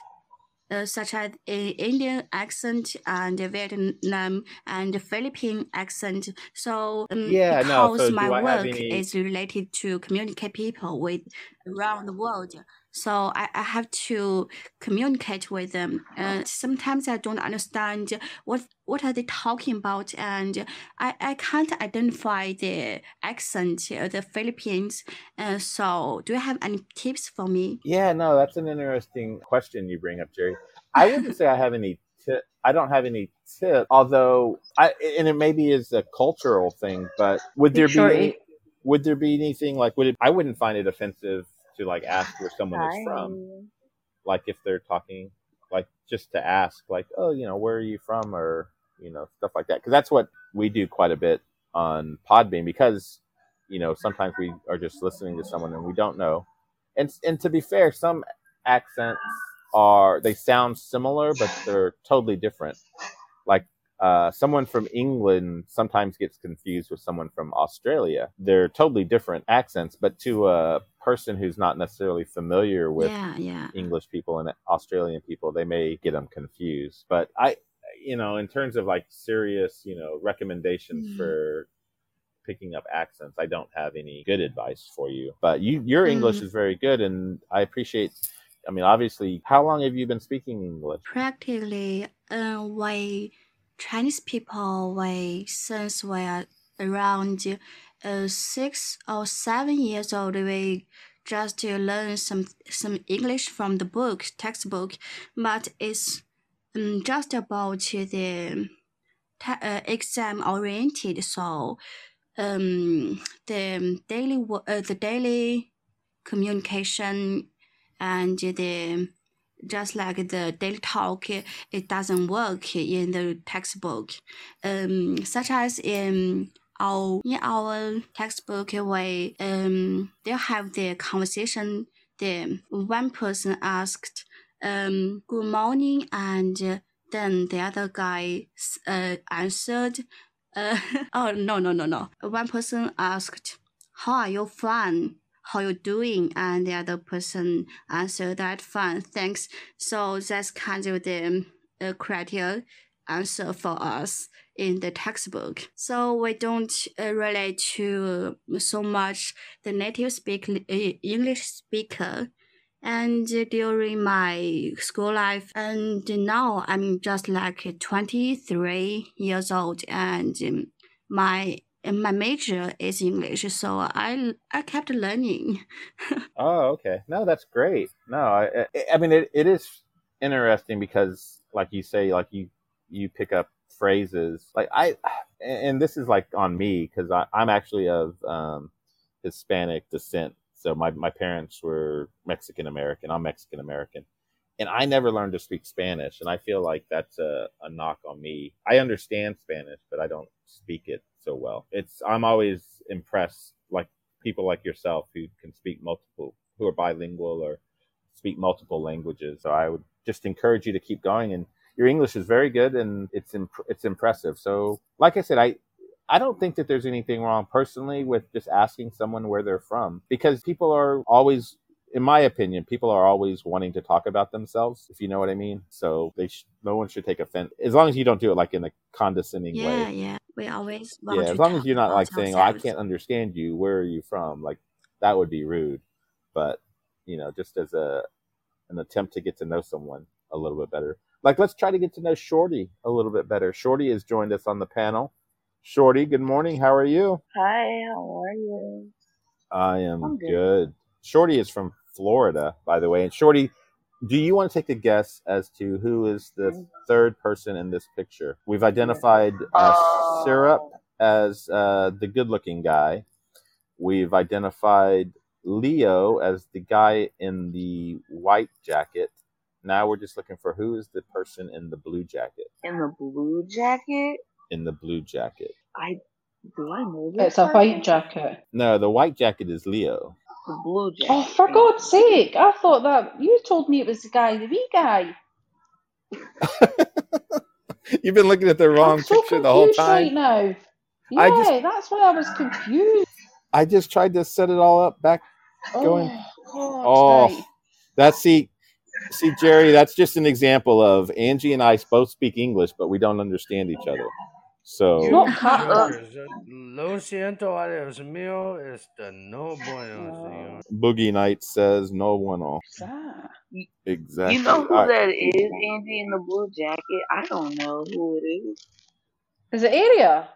Speaker 3: uh, such as uh, Indian accent and Vietnam and Philippine accent. So um,
Speaker 1: Yeah. No.
Speaker 3: because
Speaker 1: So
Speaker 3: my
Speaker 1: do I have
Speaker 3: work
Speaker 1: any?
Speaker 3: is related to communicate people with around the world. So I, I have to communicate with them. Uh, sometimes I don't understand what what are they talking about, and I, I can't identify the accent of the Philippines. Uh, so do you have any tips for me?
Speaker 1: Yeah. No. That's an interesting question you bring up, Jerry. I wouldn't say I have any tip. I don't have any tip. Although I, and it maybe is a cultural thing, but would
Speaker 2: Make
Speaker 1: there
Speaker 2: sure
Speaker 1: be
Speaker 2: it.
Speaker 1: any? Would there be anything like? Would it? I wouldn't find it offensive to like ask where someone is from.
Speaker 4: Hi.
Speaker 1: like if they're talking like just to ask like oh you know where are you from or you know stuff like that because that's what we do quite a bit on podbean because you know sometimes we are just listening to someone and we don't know and and to be fair some accents are they sound similar but they're totally different like uh, someone from England sometimes gets confused with someone from Australia. They're totally different accents, but to a person who's not necessarily familiar with
Speaker 3: Yeah, yeah.
Speaker 1: English people and Australian people, they may get them confused. But I, you know, in terms of like serious, you know, recommendations
Speaker 3: Mm.
Speaker 1: for picking up accents, I don't have any good advice for you. But you, your English
Speaker 3: Mm,
Speaker 1: is very good, and I appreciate. I mean, obviously, how long have you been speaking English?
Speaker 3: practically, uh, we Chinese people, we since we are around uh, six or seven years old, we just uh, learn some some English from the book textbook, but it's um, just about the ta- uh, exam oriented. So um the daily wo- uh, the daily communication and the just like the daily talk it doesn't work in the textbook um such as in our in our textbook we um they have the conversation the one person asked um good morning and then the other guy s- uh, answered uh, oh no no no no. One person asked, "How are you fine? How you doing?" And the other person answered that fine, thanks. So that's kind of the uh, criteria answer for us. in the textbook. So we don't uh, relate to so much the native speak uh, English speaker. And during my school life, and now I'm just like 23 years old, and um, my and my major is English, so I I kept learning.
Speaker 1: oh, okay. No, that's great. No, I I, I mean it, it is interesting because like you say, like you you pick up phrases like I, and this is like on me because I'm actually of um, Hispanic descent. So my my parents were Mexican American. I'm Mexican American. And I never learned to speak Spanish, and I feel like that's a, a knock on me. I understand Spanish, but I don't speak it so well. It's I'm always impressed like people like yourself who can speak multiple who are bilingual or speak multiple languages. So I would just encourage you to keep going and your English is very good and it's imp- it's impressive. So like I said I I don't think that there's anything wrong personally with just asking someone where they're from because people are always in my opinion, people are always wanting to talk about themselves, if you know what I mean. So they sh- no one should take offense, as long as you don't do it like in a condescending
Speaker 3: yeah,
Speaker 1: way.
Speaker 3: Yeah, yeah. We always
Speaker 1: yeah. As long as you're not like saying, oh, "I can't understand you. Where are you from?" Like that would be rude. But you know, just as a an attempt to get to know someone a little bit better. Like let's try to get to know Shorty a little bit better. Shorty has joined us on the panel. Shorty, good morning. How are you?
Speaker 4: Hi. How are you?
Speaker 1: I am good. good. Shorty is from Florida, by the way. And Shorty, do you want to take a guess as to who is the third person in this picture? We've identified uh, oh. Syrup as uh, the good looking guy, we've identified Leo as the guy in the white jacket. Now we're just looking for who is the person in the blue jacket.
Speaker 4: In the blue jacket?
Speaker 1: In the blue jacket.
Speaker 4: I do I know
Speaker 2: It's a white jacket.
Speaker 1: No, the white jacket is Leo.
Speaker 2: Oh, for God's sake! I thought that you told me it was the guy, the wee guy.
Speaker 1: You've been looking at the wrong
Speaker 2: I'm
Speaker 1: so picture
Speaker 2: confused
Speaker 1: the whole time.
Speaker 2: Right now, yeah, just, that's why I was confused.
Speaker 1: I just tried to set it all up back. Going. oh
Speaker 2: Oh, God,
Speaker 1: right. that's see, see Jerry. That's just an example of Angie and I both speak English, but we don't understand each other. So
Speaker 2: not cat
Speaker 5: Lo siento a Dios mío, este no bueno,
Speaker 1: señor. Boogie Night says no bueno. Exactly.
Speaker 4: You know who right. that is, Andy in the blue jacket? I don't know who it is.
Speaker 2: Is it Area?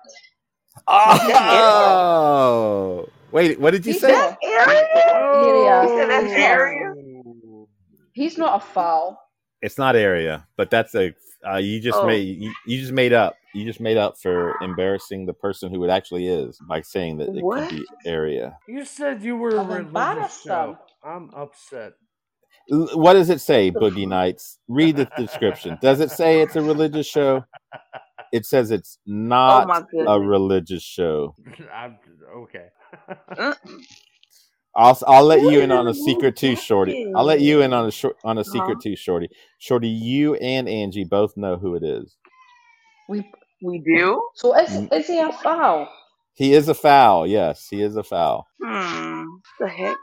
Speaker 1: Oh, wait, what did you
Speaker 2: He's
Speaker 1: say?
Speaker 2: not-
Speaker 4: Area?
Speaker 2: Area.
Speaker 4: That's area?
Speaker 5: Oh,
Speaker 2: He's not a foul.
Speaker 1: It's not area, but that's a uh, you just
Speaker 4: Oh.
Speaker 1: made you, you just made up you just made up for embarrassing the person who it actually is by saying that it
Speaker 4: What?
Speaker 1: could be area.
Speaker 5: You said you were
Speaker 2: I'm
Speaker 5: religious,
Speaker 2: embarrassed,
Speaker 5: so I'm upset.
Speaker 1: L- What does it say, Boogie Nights? Read the description. Does it say it's a religious show? It says it's
Speaker 4: Oh
Speaker 1: not
Speaker 4: my
Speaker 1: a
Speaker 4: goodness.
Speaker 1: religious show.
Speaker 5: I'm okay.
Speaker 1: I'll I'll let
Speaker 4: Who
Speaker 1: you
Speaker 4: is
Speaker 1: in on
Speaker 4: the
Speaker 1: a secret
Speaker 4: blue
Speaker 1: too, Shorty. I'll let you in on a short on a secret too, Shorty. Shorty, you and Angie both know who it is.
Speaker 2: We.
Speaker 4: We do?
Speaker 2: So is
Speaker 1: Mm.
Speaker 2: is he a foul?
Speaker 1: He is a foul. Yes, he is a foul.
Speaker 4: Hmm. What the heck?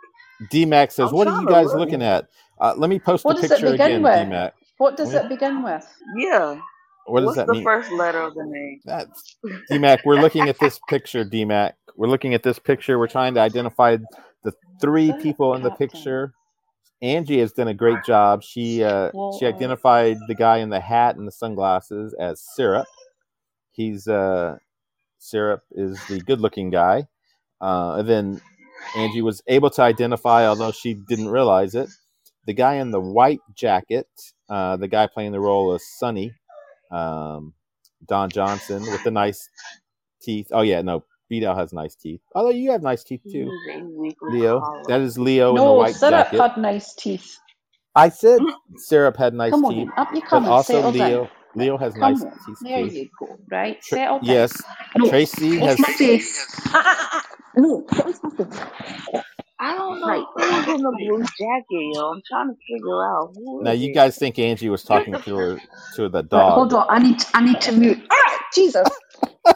Speaker 1: D Mac says,
Speaker 4: I'm
Speaker 1: "What are
Speaker 4: trying
Speaker 1: you
Speaker 4: to
Speaker 1: guys
Speaker 4: look.
Speaker 1: looking at?" Uh, let me post
Speaker 2: What
Speaker 1: the
Speaker 2: does it
Speaker 1: picture
Speaker 2: begin
Speaker 1: again,
Speaker 2: with?
Speaker 1: D Mac.
Speaker 2: What does
Speaker 1: What-
Speaker 2: it begin with?
Speaker 4: Yeah.
Speaker 1: What does
Speaker 4: What's
Speaker 1: that
Speaker 4: the
Speaker 1: mean?
Speaker 4: first letter of the name?
Speaker 1: That's D Mac. We're looking at this picture, D Mac. We're looking at this picture. We're trying to identify the three
Speaker 2: Shut
Speaker 1: people
Speaker 2: up,
Speaker 1: in the
Speaker 2: Captain.
Speaker 1: picture. Angie has done a great job. She uh,
Speaker 2: Well,
Speaker 1: she
Speaker 2: uh,
Speaker 1: identified the guy in the hat and the sunglasses as Syrup. He's uh, Syrup is the good-looking guy. Uh, and then Angie was able to identify, although she didn't realize it, the guy in the white jacket, uh, the guy playing the role of Sonny, um, Don Johnson with the nice teeth. Oh yeah, no, Beto has nice teeth. Although you have nice teeth too,
Speaker 4: He's a weekly
Speaker 1: Leo.
Speaker 4: caller.
Speaker 1: That is Leo in the
Speaker 2: No,
Speaker 1: white
Speaker 2: Syrup
Speaker 1: jacket.
Speaker 2: had nice teeth.
Speaker 1: I said syrup had nice
Speaker 2: Mm-hmm. Come on,
Speaker 1: teeth,
Speaker 2: then, up you come
Speaker 1: but
Speaker 2: and
Speaker 1: also
Speaker 2: settle
Speaker 1: Leo.
Speaker 2: down.
Speaker 1: Leo has
Speaker 2: Come
Speaker 1: nice
Speaker 2: on,
Speaker 1: teeth
Speaker 2: there
Speaker 1: too.
Speaker 2: you go. Right,
Speaker 1: Tra-
Speaker 2: settle down.
Speaker 1: yes, Tracy
Speaker 2: Off
Speaker 1: has.
Speaker 2: my face. ah.
Speaker 4: No, I don't know who's in the blue jacket, yo. I'm trying to figure out who
Speaker 1: Now
Speaker 4: is
Speaker 1: you
Speaker 4: it.
Speaker 1: guys think Angie was talking to her to the
Speaker 2: Right,
Speaker 1: dog,
Speaker 2: hold on, I need I need to mute. Ah, Jesus. Ah,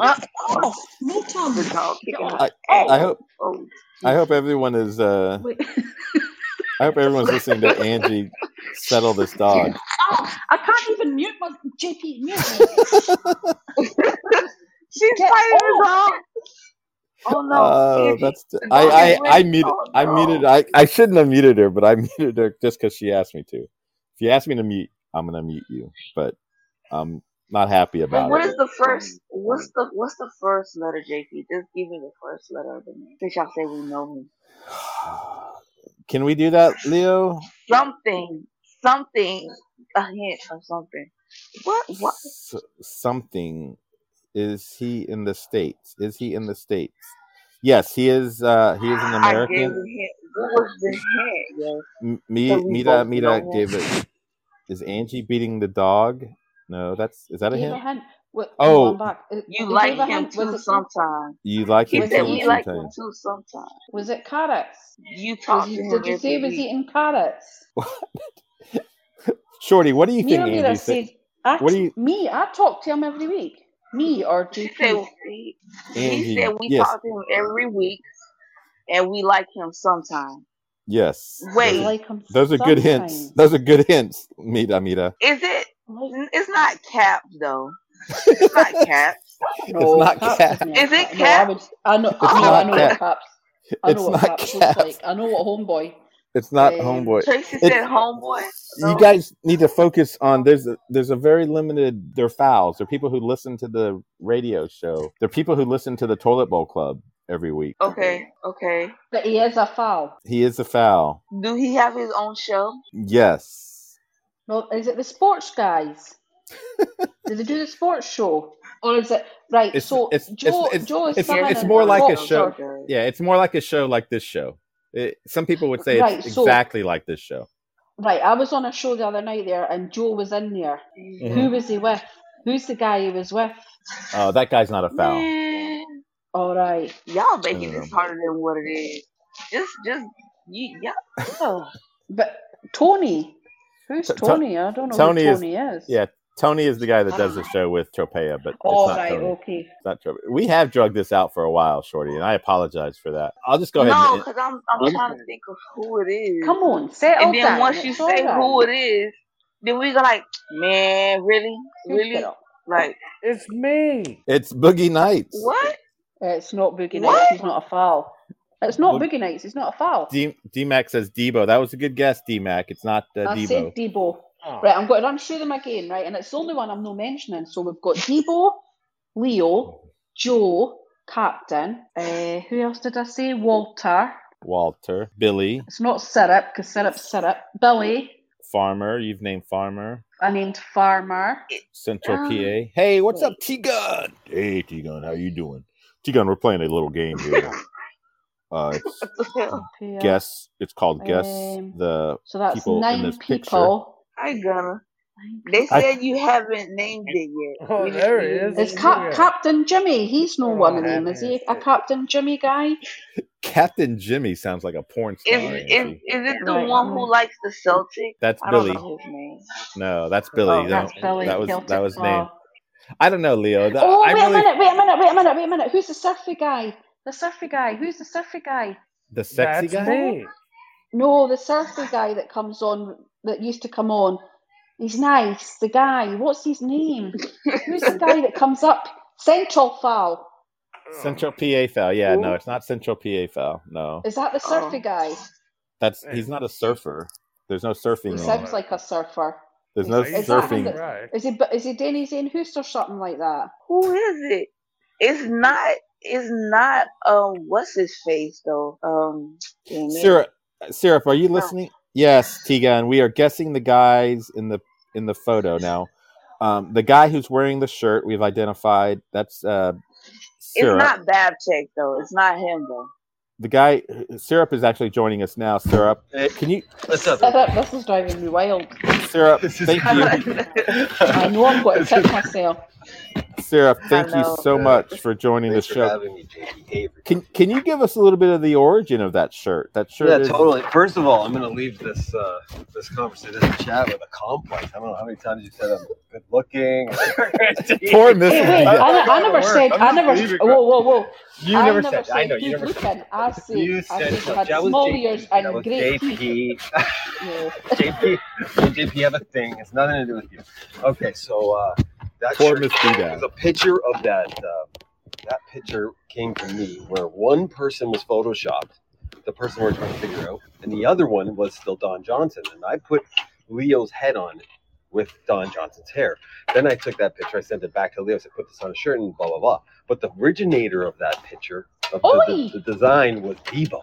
Speaker 4: Uh, oh, no time to talk.
Speaker 1: I, I
Speaker 4: Oh,
Speaker 1: hope
Speaker 4: oh,
Speaker 1: I hope everyone is uh
Speaker 2: Wait.
Speaker 1: I hope everyone's listening to Angie settle this dog.
Speaker 2: Oh, I can't even mute my JP. Mute me. She's
Speaker 4: She's fighting us all. Oh no!
Speaker 1: Oh,
Speaker 4: Angie.
Speaker 1: that's
Speaker 4: The dog
Speaker 1: I
Speaker 4: is
Speaker 1: I, I
Speaker 4: winning.
Speaker 1: muted
Speaker 4: Oh,
Speaker 1: I
Speaker 4: no.
Speaker 1: muted I, I shouldn't have muted her, but I muted her just because she asked me to. If you ask me to mute, I'm gonna mute you. But I'm not happy
Speaker 4: Well,
Speaker 1: about
Speaker 4: what
Speaker 1: it.
Speaker 4: is the first? What's the what's the first letter, JP? Just give me the first letter of the name. Since y'all say we know him.
Speaker 1: Can we do that, Leo?
Speaker 4: Something, something, a hint of something. What? What?
Speaker 1: S- something. Is he in the states? Is he in the states? Yes, he is. Uh, he is an
Speaker 4: I gave
Speaker 1: American.
Speaker 4: the hint. What was the hint, yo?
Speaker 1: M-
Speaker 4: So
Speaker 1: Mi-
Speaker 4: we
Speaker 1: Mira
Speaker 4: both know
Speaker 1: Mira
Speaker 4: him.
Speaker 1: gave it. Is Angie beating the dog? No, that's is that a
Speaker 2: Gave
Speaker 1: hint?
Speaker 2: a hint. Wait, no,
Speaker 1: Oh.
Speaker 2: I'm back. Uh,
Speaker 4: You
Speaker 2: Who
Speaker 4: like
Speaker 2: gave a
Speaker 4: him
Speaker 2: hint? Was
Speaker 4: too
Speaker 2: it
Speaker 4: sometimes.
Speaker 1: You like
Speaker 4: He
Speaker 1: him
Speaker 2: was
Speaker 4: said
Speaker 2: it
Speaker 1: too
Speaker 4: we
Speaker 2: eating?
Speaker 4: like him
Speaker 1: sometimes.
Speaker 4: too sometimes.
Speaker 2: Was it carrots?
Speaker 4: You
Speaker 2: Was
Speaker 4: talk to
Speaker 2: he?
Speaker 4: him
Speaker 2: Did you say
Speaker 4: every
Speaker 2: he was
Speaker 4: week.
Speaker 2: eating carrots?
Speaker 1: Shorty, what do you think
Speaker 2: Mira Mira
Speaker 1: Angie said?
Speaker 2: said, I
Speaker 1: What do you,
Speaker 2: me, I talk to him every week. Me or
Speaker 4: She said
Speaker 2: JP.
Speaker 4: he, he said
Speaker 1: Angie?
Speaker 4: we
Speaker 1: Yes,
Speaker 4: talk to him every week and we like him sometimes.
Speaker 1: yes.
Speaker 2: We
Speaker 1: Those are
Speaker 4: Wait,
Speaker 2: like him
Speaker 1: those are good hints.
Speaker 2: sometimes.
Speaker 1: Those are good hints. Mira, Mira.
Speaker 4: is it?
Speaker 2: Like,
Speaker 4: It's not cap though. It's not cap.
Speaker 1: it's
Speaker 2: no,
Speaker 1: not
Speaker 2: caps is
Speaker 1: cat.
Speaker 2: near
Speaker 4: Is it
Speaker 2: cap. No, I would.
Speaker 4: cap?
Speaker 2: I know.
Speaker 1: It's
Speaker 2: I know. I
Speaker 1: not
Speaker 2: know
Speaker 4: Oh,
Speaker 2: what
Speaker 1: cat.
Speaker 2: caps. I know
Speaker 1: It's
Speaker 2: what
Speaker 1: not
Speaker 2: caps looks
Speaker 1: cat.
Speaker 2: like. I know what homeboy.
Speaker 1: It's not
Speaker 2: Um,
Speaker 1: homeboy.
Speaker 4: Tracy
Speaker 1: It's
Speaker 4: said homeboy.
Speaker 1: you
Speaker 4: No.
Speaker 1: guys need to focus on there's a, there's a very limited they're fouls they're people who listen to the radio show they're people who listen to the toilet bowl club every week
Speaker 4: Okay, okay.
Speaker 2: but he is a foul.
Speaker 1: he is a foul
Speaker 4: Do he have his own show?
Speaker 1: yes
Speaker 2: Well, is it the sports guys? Do they do the sports show, or is it right?
Speaker 1: it's
Speaker 2: So
Speaker 1: it's it's
Speaker 2: Joe,
Speaker 1: it's
Speaker 2: Joe is
Speaker 1: it's
Speaker 4: Yes,
Speaker 2: someone
Speaker 1: it's
Speaker 4: he
Speaker 2: in
Speaker 1: more
Speaker 4: does.
Speaker 1: like a
Speaker 2: Scotch
Speaker 4: No, he
Speaker 1: show
Speaker 2: or
Speaker 4: does.
Speaker 1: yeah it's more like a show like this show it, some people would say it's
Speaker 2: right. So
Speaker 1: exactly like this show
Speaker 2: right, I was on a show the other night there, and Joe was in there.
Speaker 1: hmm
Speaker 4: Mm-hmm.
Speaker 2: Who was he with? Who's the guy he was with?
Speaker 1: oh that guy's not a foul
Speaker 4: Man,
Speaker 2: All right.
Speaker 4: y'all making this
Speaker 1: um,
Speaker 4: harder than what it is. Just, just you, y'all. Oh,
Speaker 2: But Tony, who's
Speaker 1: T- T-
Speaker 2: Tony? I don't know who
Speaker 1: tony is
Speaker 2: Tony is.
Speaker 1: yeah tony is the guy that
Speaker 4: I
Speaker 1: does
Speaker 4: don't
Speaker 1: the
Speaker 4: know.
Speaker 1: show with tropea but it's
Speaker 2: All
Speaker 1: not
Speaker 2: right,
Speaker 1: tony
Speaker 2: okay.
Speaker 1: It's not trouble. We have drugged this out for a while, Shorty, and I apologize for that. I'll just go ahead and.
Speaker 4: No,
Speaker 1: and-
Speaker 4: cause I'm, I'm trying to think of who it is,
Speaker 2: Come on,
Speaker 4: and
Speaker 2: settle
Speaker 4: then
Speaker 2: down.
Speaker 4: once you
Speaker 2: It's
Speaker 4: say
Speaker 2: all right.
Speaker 4: who it is, then we go like, man, really,
Speaker 2: You shut
Speaker 4: really,
Speaker 2: up.
Speaker 4: like
Speaker 5: It's me.
Speaker 1: It's Boogie Nights.
Speaker 4: what,
Speaker 2: Uh, It's not Boogie Nights.
Speaker 4: what?
Speaker 2: He's not a foul. It's not
Speaker 1: Boog-
Speaker 2: Boogie Nights. He's not a foul.
Speaker 1: D D Mac says Debo. That was a good guess, D Mac. It's not uh,
Speaker 2: I
Speaker 1: Debo.
Speaker 2: said Debo.
Speaker 5: Oh.
Speaker 2: Right, I'm going to run through them again, right? And it's the only one I'm not mentioning. So we've got Debo, Leo, Joe, Captain. Uh, who else did I say? Walter.
Speaker 1: Walter, Billy,
Speaker 2: It's not Syrup because Syrup's Syrup. Billy.
Speaker 1: Farmer. You've named Farmer.
Speaker 2: I named Farmer.
Speaker 4: It,
Speaker 1: Central
Speaker 4: um,
Speaker 1: PA. Hey, what's
Speaker 2: Wait.
Speaker 1: up, T Gun? Hey, T Gun, how you doing? T Gun, we're playing a little game here. Uh, it's
Speaker 4: what the hell?
Speaker 2: Pia.
Speaker 1: guess. It's called guess
Speaker 2: Um,
Speaker 1: the
Speaker 2: so that's
Speaker 1: people in this
Speaker 2: nine
Speaker 1: picture.
Speaker 2: people.
Speaker 4: I gonna.
Speaker 2: Nine
Speaker 4: They
Speaker 1: I
Speaker 2: people.
Speaker 4: said you haven't named it yet.
Speaker 5: Oh,
Speaker 4: You didn't,
Speaker 5: there
Speaker 4: you
Speaker 5: he
Speaker 4: didn't
Speaker 5: is.
Speaker 2: It's
Speaker 4: name it.
Speaker 2: Cap-
Speaker 5: Look at him.
Speaker 2: Captain Jimmy. He's no one
Speaker 5: Oh,
Speaker 2: of them, is
Speaker 5: happy as
Speaker 2: he? A
Speaker 5: shit.
Speaker 2: Captain Jimmy guy?
Speaker 1: Captain Jimmy sounds like a porn
Speaker 4: Is
Speaker 1: star,
Speaker 4: is
Speaker 1: Angie.
Speaker 4: is it the
Speaker 2: Right, I'm
Speaker 4: one
Speaker 2: gonna.
Speaker 4: who likes the Celtics?
Speaker 1: That's
Speaker 4: I don't
Speaker 1: Billy.
Speaker 4: know his name.
Speaker 1: No, that's Billy.
Speaker 4: Oh,
Speaker 2: That's
Speaker 1: Don't. That
Speaker 2: Billy
Speaker 1: was that
Speaker 2: Celtic
Speaker 1: was
Speaker 2: Claw.
Speaker 1: named. I don't know, Leo. Th-
Speaker 2: Oh,
Speaker 1: I
Speaker 2: wait a
Speaker 1: really
Speaker 2: minute, wait a minute, wait a minute, wait a minute. Who's the surfy guy? The surfy guy. Who's the surfy guy?
Speaker 1: the sexy
Speaker 5: That's
Speaker 1: guy.
Speaker 2: Oh,
Speaker 5: me.
Speaker 2: no, the surfy guy that comes on, that used to come on. He's nice. The guy. What's his name? Who's the guy that comes up? Central Foul.
Speaker 5: Oh,
Speaker 1: Central PA foul. Yeah, no,
Speaker 4: Who?
Speaker 1: it's not Central PA foul. No,
Speaker 2: Is that the surfy
Speaker 4: Oh,
Speaker 2: guy?
Speaker 1: that's
Speaker 5: man.
Speaker 1: he's not a surfer. There's no
Speaker 2: He
Speaker 1: surfing
Speaker 5: Oh,
Speaker 1: on.
Speaker 2: sounds
Speaker 5: I,
Speaker 2: like a surfer.
Speaker 1: There's
Speaker 2: He's,
Speaker 1: no
Speaker 5: are you
Speaker 2: is that
Speaker 1: surfing.
Speaker 2: him? That
Speaker 5: right?
Speaker 2: is he? Is he Danny Zane Houst or something like that?
Speaker 4: who is it? It's not. It's not. Um, what's his face though? Um, dang it.
Speaker 1: Syrup, syrup. Are you
Speaker 4: No.
Speaker 1: listening? Yes, Tiga, and we are guessing the guys in the in the photo now. Um, the guy who's wearing the shirt we've identified. That's uh,
Speaker 4: It's
Speaker 1: syrup.
Speaker 4: not Babchick though. It's not him though.
Speaker 1: The guy syrup is actually joining us now. Syrup,
Speaker 6: Hey,
Speaker 1: can you
Speaker 6: what's up,
Speaker 2: That, that-
Speaker 6: everybody?
Speaker 2: this is driving me wild.
Speaker 1: syrup?
Speaker 6: This is
Speaker 1: Thank you.
Speaker 6: kind
Speaker 2: I know I'm going to
Speaker 6: this
Speaker 2: kick
Speaker 6: is
Speaker 2: myself.
Speaker 1: Sarah, thank you
Speaker 4: Hello.
Speaker 1: so much for joining
Speaker 6: Thanks
Speaker 1: the
Speaker 6: for
Speaker 1: show.
Speaker 6: having me, JPK.
Speaker 1: Can Can you give us a little bit of the origin of that shirt? That shirt.
Speaker 6: yeah,
Speaker 1: is,
Speaker 6: totally. First of all, I'm going to leave this uh, this conversation, this chat with a complex. I don't know how many times you said I'm good looking.
Speaker 1: Poor Mrs.
Speaker 2: Hey, wait,
Speaker 1: Yeah.
Speaker 2: I, I never
Speaker 6: Work.
Speaker 2: said.
Speaker 6: I'm
Speaker 2: I
Speaker 6: just
Speaker 2: never.
Speaker 6: leaving,
Speaker 2: Whoa, whoa, whoa!
Speaker 6: You
Speaker 2: I
Speaker 6: never,
Speaker 2: never
Speaker 6: said.
Speaker 2: said
Speaker 6: I know you
Speaker 2: good
Speaker 6: never said.
Speaker 2: looking. I said.
Speaker 6: You
Speaker 2: I
Speaker 6: said
Speaker 2: said you
Speaker 6: something.
Speaker 2: had
Speaker 6: That was
Speaker 2: small
Speaker 6: JP.
Speaker 2: ears
Speaker 6: that
Speaker 2: and
Speaker 6: was
Speaker 2: great teeth.
Speaker 6: JP.
Speaker 2: No.
Speaker 6: JP, JP have a thing. It's nothing to do with you. Okay, so uh, that
Speaker 1: Poor
Speaker 6: shirt
Speaker 1: Miss Didak.
Speaker 6: was a picture of that. Uh, that picture came to me where one person was photoshopped, the person we're trying to figure out, and the other one was still Don Johnson. And I put Leo's head on it with Don Johnson's hair. Then I took that picture, I sent it back to Leo, I said, put this on a shirt and blah, blah, blah. But the originator of that picture, of the, the-
Speaker 2: Oi!
Speaker 6: the design was Debo.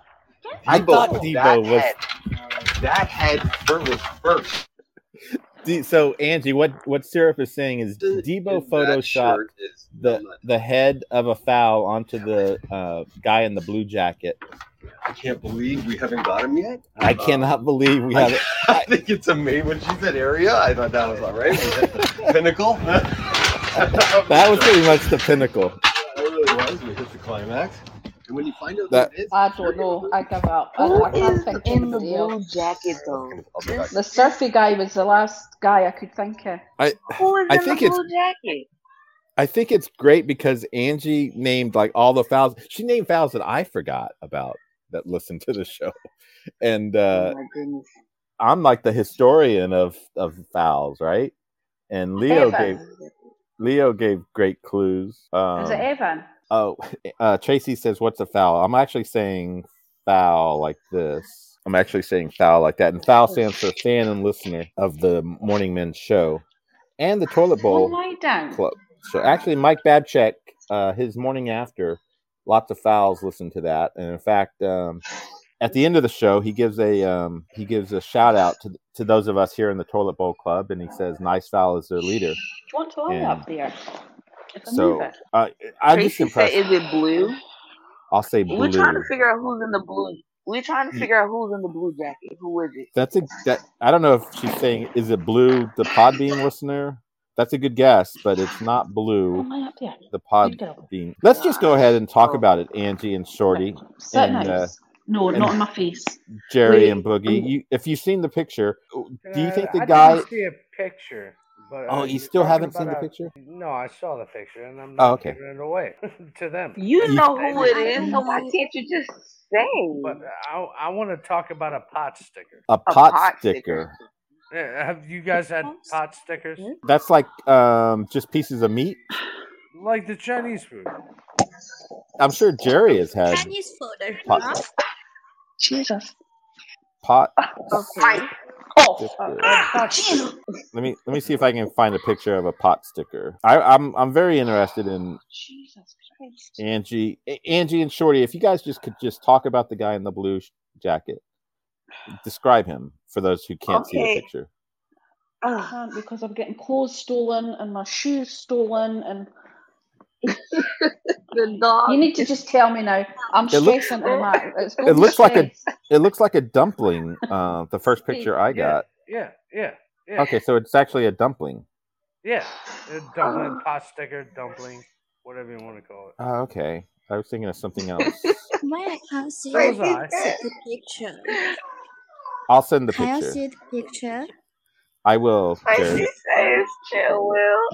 Speaker 1: I thought
Speaker 6: Debo,
Speaker 1: Debo
Speaker 6: that
Speaker 1: was-
Speaker 6: Head, that head fir- was first.
Speaker 1: D- So Angie, what what Seraph is saying is Debo
Speaker 6: Did- did that
Speaker 1: photoshopped
Speaker 6: shirt is
Speaker 1: the
Speaker 6: nuts.
Speaker 1: the head of a fowl onto the uh, guy in the blue jacket.
Speaker 6: I can't believe we haven't got him yet.
Speaker 1: I
Speaker 6: Uh,
Speaker 1: cannot believe we have it.
Speaker 6: I think it's amazing when she said area. I thought that was all right. We hit the pinnacle.
Speaker 1: That
Speaker 6: that
Speaker 1: was pretty much the pinnacle.
Speaker 6: It really was. We hit the climax. And when you find out
Speaker 1: That-
Speaker 6: that, it is,
Speaker 2: I don't know. I give up. I,
Speaker 4: Who
Speaker 2: I can't
Speaker 4: is
Speaker 2: think
Speaker 4: in the
Speaker 2: anybody else.
Speaker 4: blue jacket though?
Speaker 6: I'll be back.
Speaker 2: The surfy guy was the last guy I could think of.
Speaker 4: Who is
Speaker 1: I
Speaker 4: in
Speaker 1: think
Speaker 4: the
Speaker 1: it's-
Speaker 4: blue jacket?
Speaker 1: I think it's great because Angie named like all the fouls. She named fouls that I forgot about that listened to the show, and uh,
Speaker 4: oh my goodness.
Speaker 1: I'm like the historian of of fouls, right? And Leo
Speaker 2: Evan.
Speaker 1: gave Leo gave great clues. Um,
Speaker 2: Is it Evan?
Speaker 1: Oh, uh, Tracy says, "What's a foul?" I'm actually saying foul like this. I'm actually saying foul like that. And foul stands for fan and listener of the Morning Men show and the Toilet
Speaker 2: Oh,
Speaker 1: Bowl
Speaker 2: lie down.
Speaker 1: Club. So actually, Mike Babchek, uh, his morning after, lots of fouls listen to that. And in fact, um, at the end of the show, he gives a um, he gives a shout out to to those of us here in the Toilet Bowl Club, and he says, "Nice foul is their leader."
Speaker 2: Do you want to lie
Speaker 1: And
Speaker 2: up there? If I move
Speaker 1: So
Speaker 2: it.
Speaker 1: uh, I'm just
Speaker 4: Tracy
Speaker 1: impressed.
Speaker 4: said, "Is it blue?"
Speaker 1: I'll say blue. Hmm.
Speaker 4: We're trying to figure out who's in the blue. We're trying to figure out who's in the blue jacket. Who is it?
Speaker 1: That's a that I don't know if she's saying is it blue the Podbean listener? That's a good guess, but it's not
Speaker 2: Oh,
Speaker 1: blue
Speaker 2: lie up there.
Speaker 1: the
Speaker 2: You go.
Speaker 1: Podbean. Let's just go ahead and talk about it, Angie and Shorty,
Speaker 2: Sit
Speaker 1: And,
Speaker 2: nice.
Speaker 1: uh,
Speaker 2: no,
Speaker 1: and-
Speaker 2: not on my face.
Speaker 1: Jerry
Speaker 2: Wait,
Speaker 1: and Boogie.
Speaker 2: I'm-
Speaker 1: You, if you've seen the picture, do you
Speaker 5: Uh,
Speaker 1: think the
Speaker 5: I
Speaker 1: guy?
Speaker 5: didn't see a picture. But
Speaker 1: Oh,
Speaker 5: uh,
Speaker 1: you
Speaker 5: you're
Speaker 1: still
Speaker 5: talking
Speaker 1: haven't seen the
Speaker 5: about a-
Speaker 1: picture?
Speaker 5: No, I saw the picture, and I'm
Speaker 1: Oh,
Speaker 5: not
Speaker 1: okay.
Speaker 5: giving it away to them.
Speaker 4: You
Speaker 1: You-
Speaker 4: know who it
Speaker 2: I
Speaker 4: is, so why
Speaker 2: know.
Speaker 4: can't you just say
Speaker 5: But uh, I, I want to talk about a pot sticker.
Speaker 1: A
Speaker 4: a
Speaker 1: pot
Speaker 4: pot
Speaker 1: sticker.
Speaker 4: sticker?
Speaker 5: Yeah, Uh, Have you guys had pot stickers?
Speaker 1: That's like um, just pieces of meat.
Speaker 5: Like the Chinese food.
Speaker 1: I'm sure Jerry has had
Speaker 3: Chinese food,
Speaker 1: pot
Speaker 3: huh?
Speaker 2: Jesus.
Speaker 1: pot
Speaker 4: Okay.
Speaker 2: Oh,
Speaker 1: sticker.
Speaker 5: A pot sticker.
Speaker 3: Jesus.
Speaker 1: Let me let me see if I can find a picture of a pot sticker. I, I'm I'm very interested in
Speaker 2: Jesus Christ.
Speaker 1: Angie, A- Angie, and Shorty, if you guys just could just talk about the guy in the blue sh- jacket, describe him for those who can't see the
Speaker 4: Okay.
Speaker 1: picture.
Speaker 2: I
Speaker 4: Ugh.
Speaker 2: can't because I'm getting clothes stolen and my shoes stolen and
Speaker 4: the dog.
Speaker 2: you need to just tell me now. I'm
Speaker 1: It looks-
Speaker 2: stressing on that. It's
Speaker 1: It
Speaker 2: going to
Speaker 1: looks like a
Speaker 2: stress.
Speaker 1: it looks like a dumpling. Uh, the first picture I
Speaker 5: Yeah,
Speaker 1: got.
Speaker 5: yeah, yeah, yeah.
Speaker 1: Okay, so it's actually a dumpling.
Speaker 5: Yeah, a
Speaker 1: Uh,
Speaker 5: dumpling, pot sticker, dumpling, whatever you want to call it.
Speaker 1: Oh, okay, I was thinking of something else.
Speaker 3: Why I can't see
Speaker 5: So was
Speaker 3: the
Speaker 5: I.
Speaker 3: picture?
Speaker 1: I'll send the
Speaker 3: Can you
Speaker 1: picture.
Speaker 3: see the picture?
Speaker 1: I will.
Speaker 4: Tracy
Speaker 1: Jerry.
Speaker 4: says, "Chill, Will."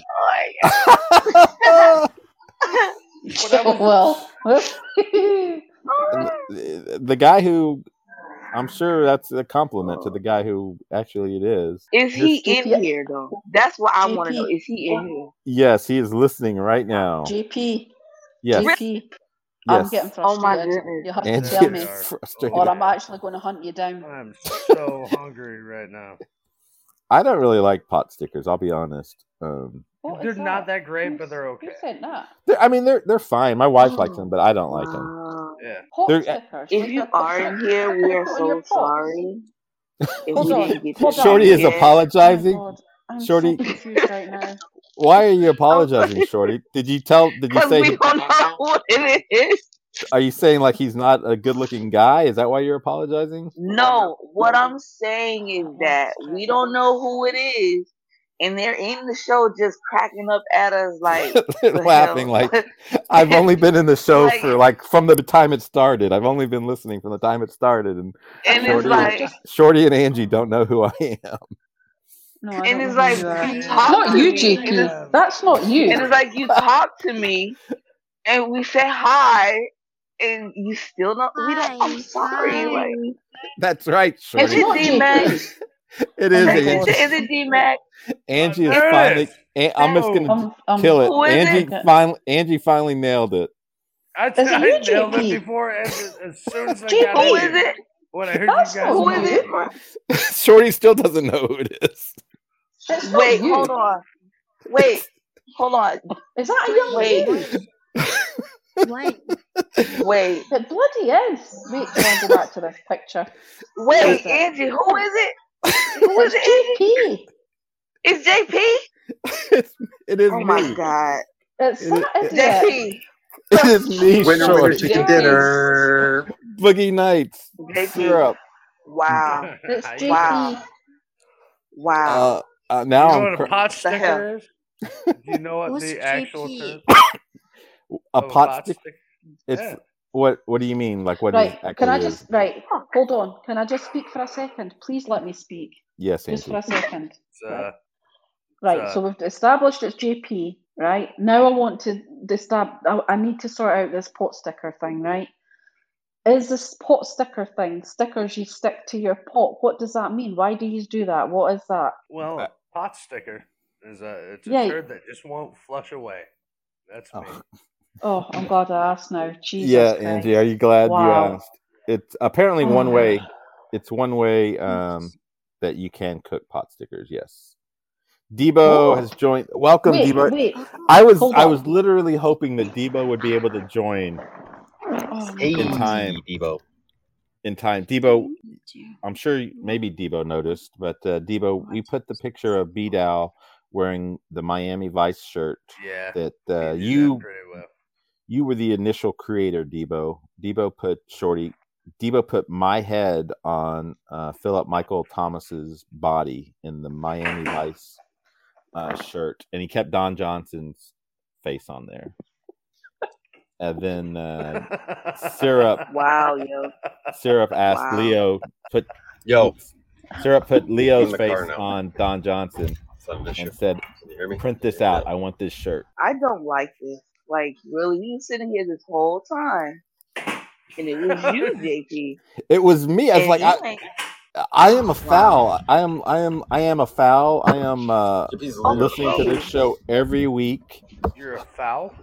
Speaker 4: Oh my God.
Speaker 5: When I was-
Speaker 2: well,
Speaker 1: And the, the guy who I'm sure that's a compliment to the guy who actually it is.
Speaker 4: Is he
Speaker 2: Just
Speaker 4: in
Speaker 2: GP
Speaker 4: here though? That's what I want to
Speaker 2: GP.
Speaker 4: know. Is he in here?
Speaker 1: Yes, he is listening right now.
Speaker 2: GP,
Speaker 1: Yes,
Speaker 2: GP, I'm
Speaker 1: yes.
Speaker 2: getting
Speaker 4: Oh
Speaker 2: frustrated.
Speaker 4: my goodness.
Speaker 2: You have
Speaker 1: And
Speaker 2: to
Speaker 5: There
Speaker 2: tell
Speaker 1: get
Speaker 5: they
Speaker 2: me,
Speaker 5: are.
Speaker 1: frustrated.
Speaker 2: or I'm actually going to hunt you down.
Speaker 5: I'm so hungry right now.
Speaker 1: I don't really like pot stickers. I'll be honest. Um,
Speaker 2: What
Speaker 5: they're
Speaker 4: uh,
Speaker 2: is
Speaker 5: not that great, but
Speaker 2: Who's-
Speaker 5: they're okay.
Speaker 2: Who sent that?
Speaker 1: they're, I mean, they're they're fine. My wife likes
Speaker 4: Oh,
Speaker 1: them, but I don't like them.
Speaker 4: Wow.
Speaker 5: Yeah.
Speaker 2: Hot
Speaker 1: They're-
Speaker 2: stickers.
Speaker 4: If
Speaker 2: like
Speaker 4: you
Speaker 2: a-
Speaker 4: are in here, we are
Speaker 2: Put it on your
Speaker 4: so
Speaker 2: pot.
Speaker 4: sorry. If
Speaker 2: Hold
Speaker 4: we
Speaker 2: on,
Speaker 4: didn't get
Speaker 2: hold
Speaker 4: to
Speaker 2: on.
Speaker 1: Shorty
Speaker 4: you
Speaker 1: is
Speaker 4: yet,
Speaker 2: Oh Oh, my
Speaker 1: apologizing.
Speaker 2: God, I'm
Speaker 1: Shorty,
Speaker 2: so confused right now.
Speaker 1: why are you apologizing, Shorty? Did you tell? Did you
Speaker 4: because
Speaker 1: say?
Speaker 4: we don't know what it is.
Speaker 1: Are you saying like he's not a good-looking guy? Is that why you're apologizing?
Speaker 4: No, what I'm saying is that we don't know who it is, and they're in the show just cracking up at us like
Speaker 1: They're
Speaker 4: the
Speaker 1: laughing
Speaker 4: hell?
Speaker 1: like I've only been in the show
Speaker 4: Like-
Speaker 1: for like from the time it started. I've only been listening from the time it started, and
Speaker 4: and it's
Speaker 1: Shorty.
Speaker 4: like
Speaker 1: Shorty and Angie don't know who I am.
Speaker 2: No, I
Speaker 4: and
Speaker 2: don't
Speaker 4: it's
Speaker 2: know
Speaker 4: like
Speaker 2: who you are.
Speaker 4: you
Speaker 3: It's
Speaker 4: talk
Speaker 2: not
Speaker 4: to
Speaker 2: you,
Speaker 4: me,
Speaker 2: Jakey.
Speaker 4: and it's,
Speaker 2: That's not you.
Speaker 4: and it's like you talk to me and we say hi and you still don't we don't
Speaker 3: Hi,
Speaker 4: I'm sorry
Speaker 3: hi.
Speaker 4: like
Speaker 1: That's right,
Speaker 4: is
Speaker 1: Shorty.
Speaker 2: It's
Speaker 4: it
Speaker 2: not
Speaker 4: D Mac?
Speaker 2: Jakey.
Speaker 1: It
Speaker 4: Is
Speaker 1: is
Speaker 2: Of
Speaker 1: Angie.
Speaker 2: course.
Speaker 4: it- is it D Mac?
Speaker 1: Angie is
Speaker 5: There it
Speaker 1: finally.
Speaker 5: is.
Speaker 1: An- I'm just gonna
Speaker 2: I'm, I'm,
Speaker 1: kill
Speaker 4: Who
Speaker 1: it.
Speaker 4: is
Speaker 1: Angie
Speaker 2: um, it?
Speaker 1: finally. Angie finally nailed it.
Speaker 5: I,
Speaker 2: Is it
Speaker 5: I
Speaker 2: you,
Speaker 5: nailed it
Speaker 2: JP?
Speaker 5: before as, as soon as I
Speaker 2: JP?
Speaker 5: got
Speaker 4: Who
Speaker 5: in
Speaker 4: is
Speaker 5: here.
Speaker 4: it?
Speaker 5: When I heard
Speaker 2: That's
Speaker 5: you
Speaker 2: not
Speaker 5: guys
Speaker 4: Who
Speaker 5: were
Speaker 4: is
Speaker 2: you.
Speaker 4: it?
Speaker 5: talking.
Speaker 1: Shorty still doesn't know who it is.
Speaker 2: That's not
Speaker 4: Wait,
Speaker 2: you.
Speaker 4: hold on. Wait, hold on.
Speaker 2: Is that a young
Speaker 4: Wait.
Speaker 2: lady?
Speaker 3: Wait,
Speaker 4: Wait.
Speaker 2: It bloody is. Wait till I go back to this picture.
Speaker 4: Wait,
Speaker 2: Who's it?
Speaker 4: Angie, who is it? Who is it? Angie?
Speaker 2: It's JP.
Speaker 4: It's JP?
Speaker 1: It's, it is
Speaker 4: Oh
Speaker 1: me.
Speaker 4: my god.
Speaker 2: It's
Speaker 1: It-
Speaker 2: that
Speaker 1: it-
Speaker 2: idiot.
Speaker 4: JP.
Speaker 1: It is me,
Speaker 7: Winner, winner,
Speaker 1: Shorty.
Speaker 7: chicken
Speaker 2: Yes.
Speaker 7: dinner.
Speaker 1: Boogie nights.
Speaker 4: JP.
Speaker 1: Syrup.
Speaker 4: Wow.
Speaker 2: It's JP.
Speaker 5: How you doing?
Speaker 4: Wow. Wow.
Speaker 1: Uh, uh,
Speaker 5: You
Speaker 1: now
Speaker 5: know
Speaker 1: I'm
Speaker 5: what
Speaker 1: cr-
Speaker 5: a pot
Speaker 4: The hell?
Speaker 5: sticker is? Do you know what
Speaker 3: What's
Speaker 5: the actual
Speaker 3: JP?
Speaker 5: term
Speaker 1: a
Speaker 5: of
Speaker 1: pot stick.
Speaker 5: sticker?
Speaker 1: It's
Speaker 5: Oh, Yeah.
Speaker 1: what? What do you mean? Like what is
Speaker 2: Right.
Speaker 1: actually
Speaker 2: Can I
Speaker 1: is?
Speaker 2: just right? Hold on. Can I just speak for a second? Please let me speak.
Speaker 1: Yes,
Speaker 2: Just for
Speaker 1: Angie.
Speaker 2: a second.
Speaker 5: It's, uh,
Speaker 2: Right.
Speaker 5: So-
Speaker 2: So we've established it's JP. Right. Now I want to destab. I, I need to sort out this pot sticker thing. Right. Is this pot sticker thing stickers you stick to your pot? What does that mean? Why do you do that? What is that?
Speaker 5: well,
Speaker 1: Uh,
Speaker 5: pot sticker is a it's a
Speaker 2: Yeah.
Speaker 5: term that just won't flush away. That's me.
Speaker 1: Oh.
Speaker 2: Oh, I'm glad I asked now. Jesus
Speaker 1: yeah,
Speaker 2: Christ.
Speaker 1: Angie. Are you glad you
Speaker 2: Wow.
Speaker 1: asked? It's apparently one
Speaker 2: Oh.
Speaker 1: way. It's one way um, that you can cook pot stickers. Yes. Debo
Speaker 2: Oh.
Speaker 1: has joined. Welcome,
Speaker 2: Wait,
Speaker 1: Debo.
Speaker 2: wait.
Speaker 1: I was
Speaker 2: Hold
Speaker 1: I
Speaker 2: up.
Speaker 1: was literally hoping that Debo would be able to join
Speaker 2: Oh my
Speaker 6: Hey,
Speaker 1: in
Speaker 2: god.
Speaker 1: time.
Speaker 6: Debo.
Speaker 1: In time, Debo.
Speaker 3: Oh.
Speaker 1: I'm sure y- maybe Debo noticed, but uh, Debo, we put the picture of B Dow wearing the Miami Vice shirt
Speaker 5: Yeah.
Speaker 1: that
Speaker 5: he
Speaker 1: uh,
Speaker 5: did that
Speaker 1: you
Speaker 5: pretty well.
Speaker 1: you were the initial creator, Debo. Debo put Shorty. Debo put my head on uh, Philip Michael Thomas's body in the Miami Vice uh, shirt, and he kept Don Johnson's face on there. And then uh, syrup.
Speaker 4: Wow, yo.
Speaker 1: Syrup asked
Speaker 4: Wow.
Speaker 1: Leo put
Speaker 6: Yo,
Speaker 1: Syrup put
Speaker 6: In
Speaker 1: Leo's
Speaker 6: the
Speaker 1: face
Speaker 6: car now.
Speaker 1: on Don Johnson
Speaker 6: son of a shit.
Speaker 1: and said,
Speaker 6: Can you hear me?
Speaker 1: "Print this
Speaker 6: Yeah.
Speaker 1: out. I want this shirt."
Speaker 4: I don't like this. Like, really, you sitting here this whole time. And it was you, JP.
Speaker 1: It was me. I was
Speaker 4: And
Speaker 1: like, "I,
Speaker 4: you ain't
Speaker 1: I am a
Speaker 4: wow.
Speaker 1: foul. I am, I am, I am a foul. I am uh,
Speaker 6: JP's literally
Speaker 1: listening to
Speaker 4: Okay.
Speaker 1: this show every week.
Speaker 5: You're a foul.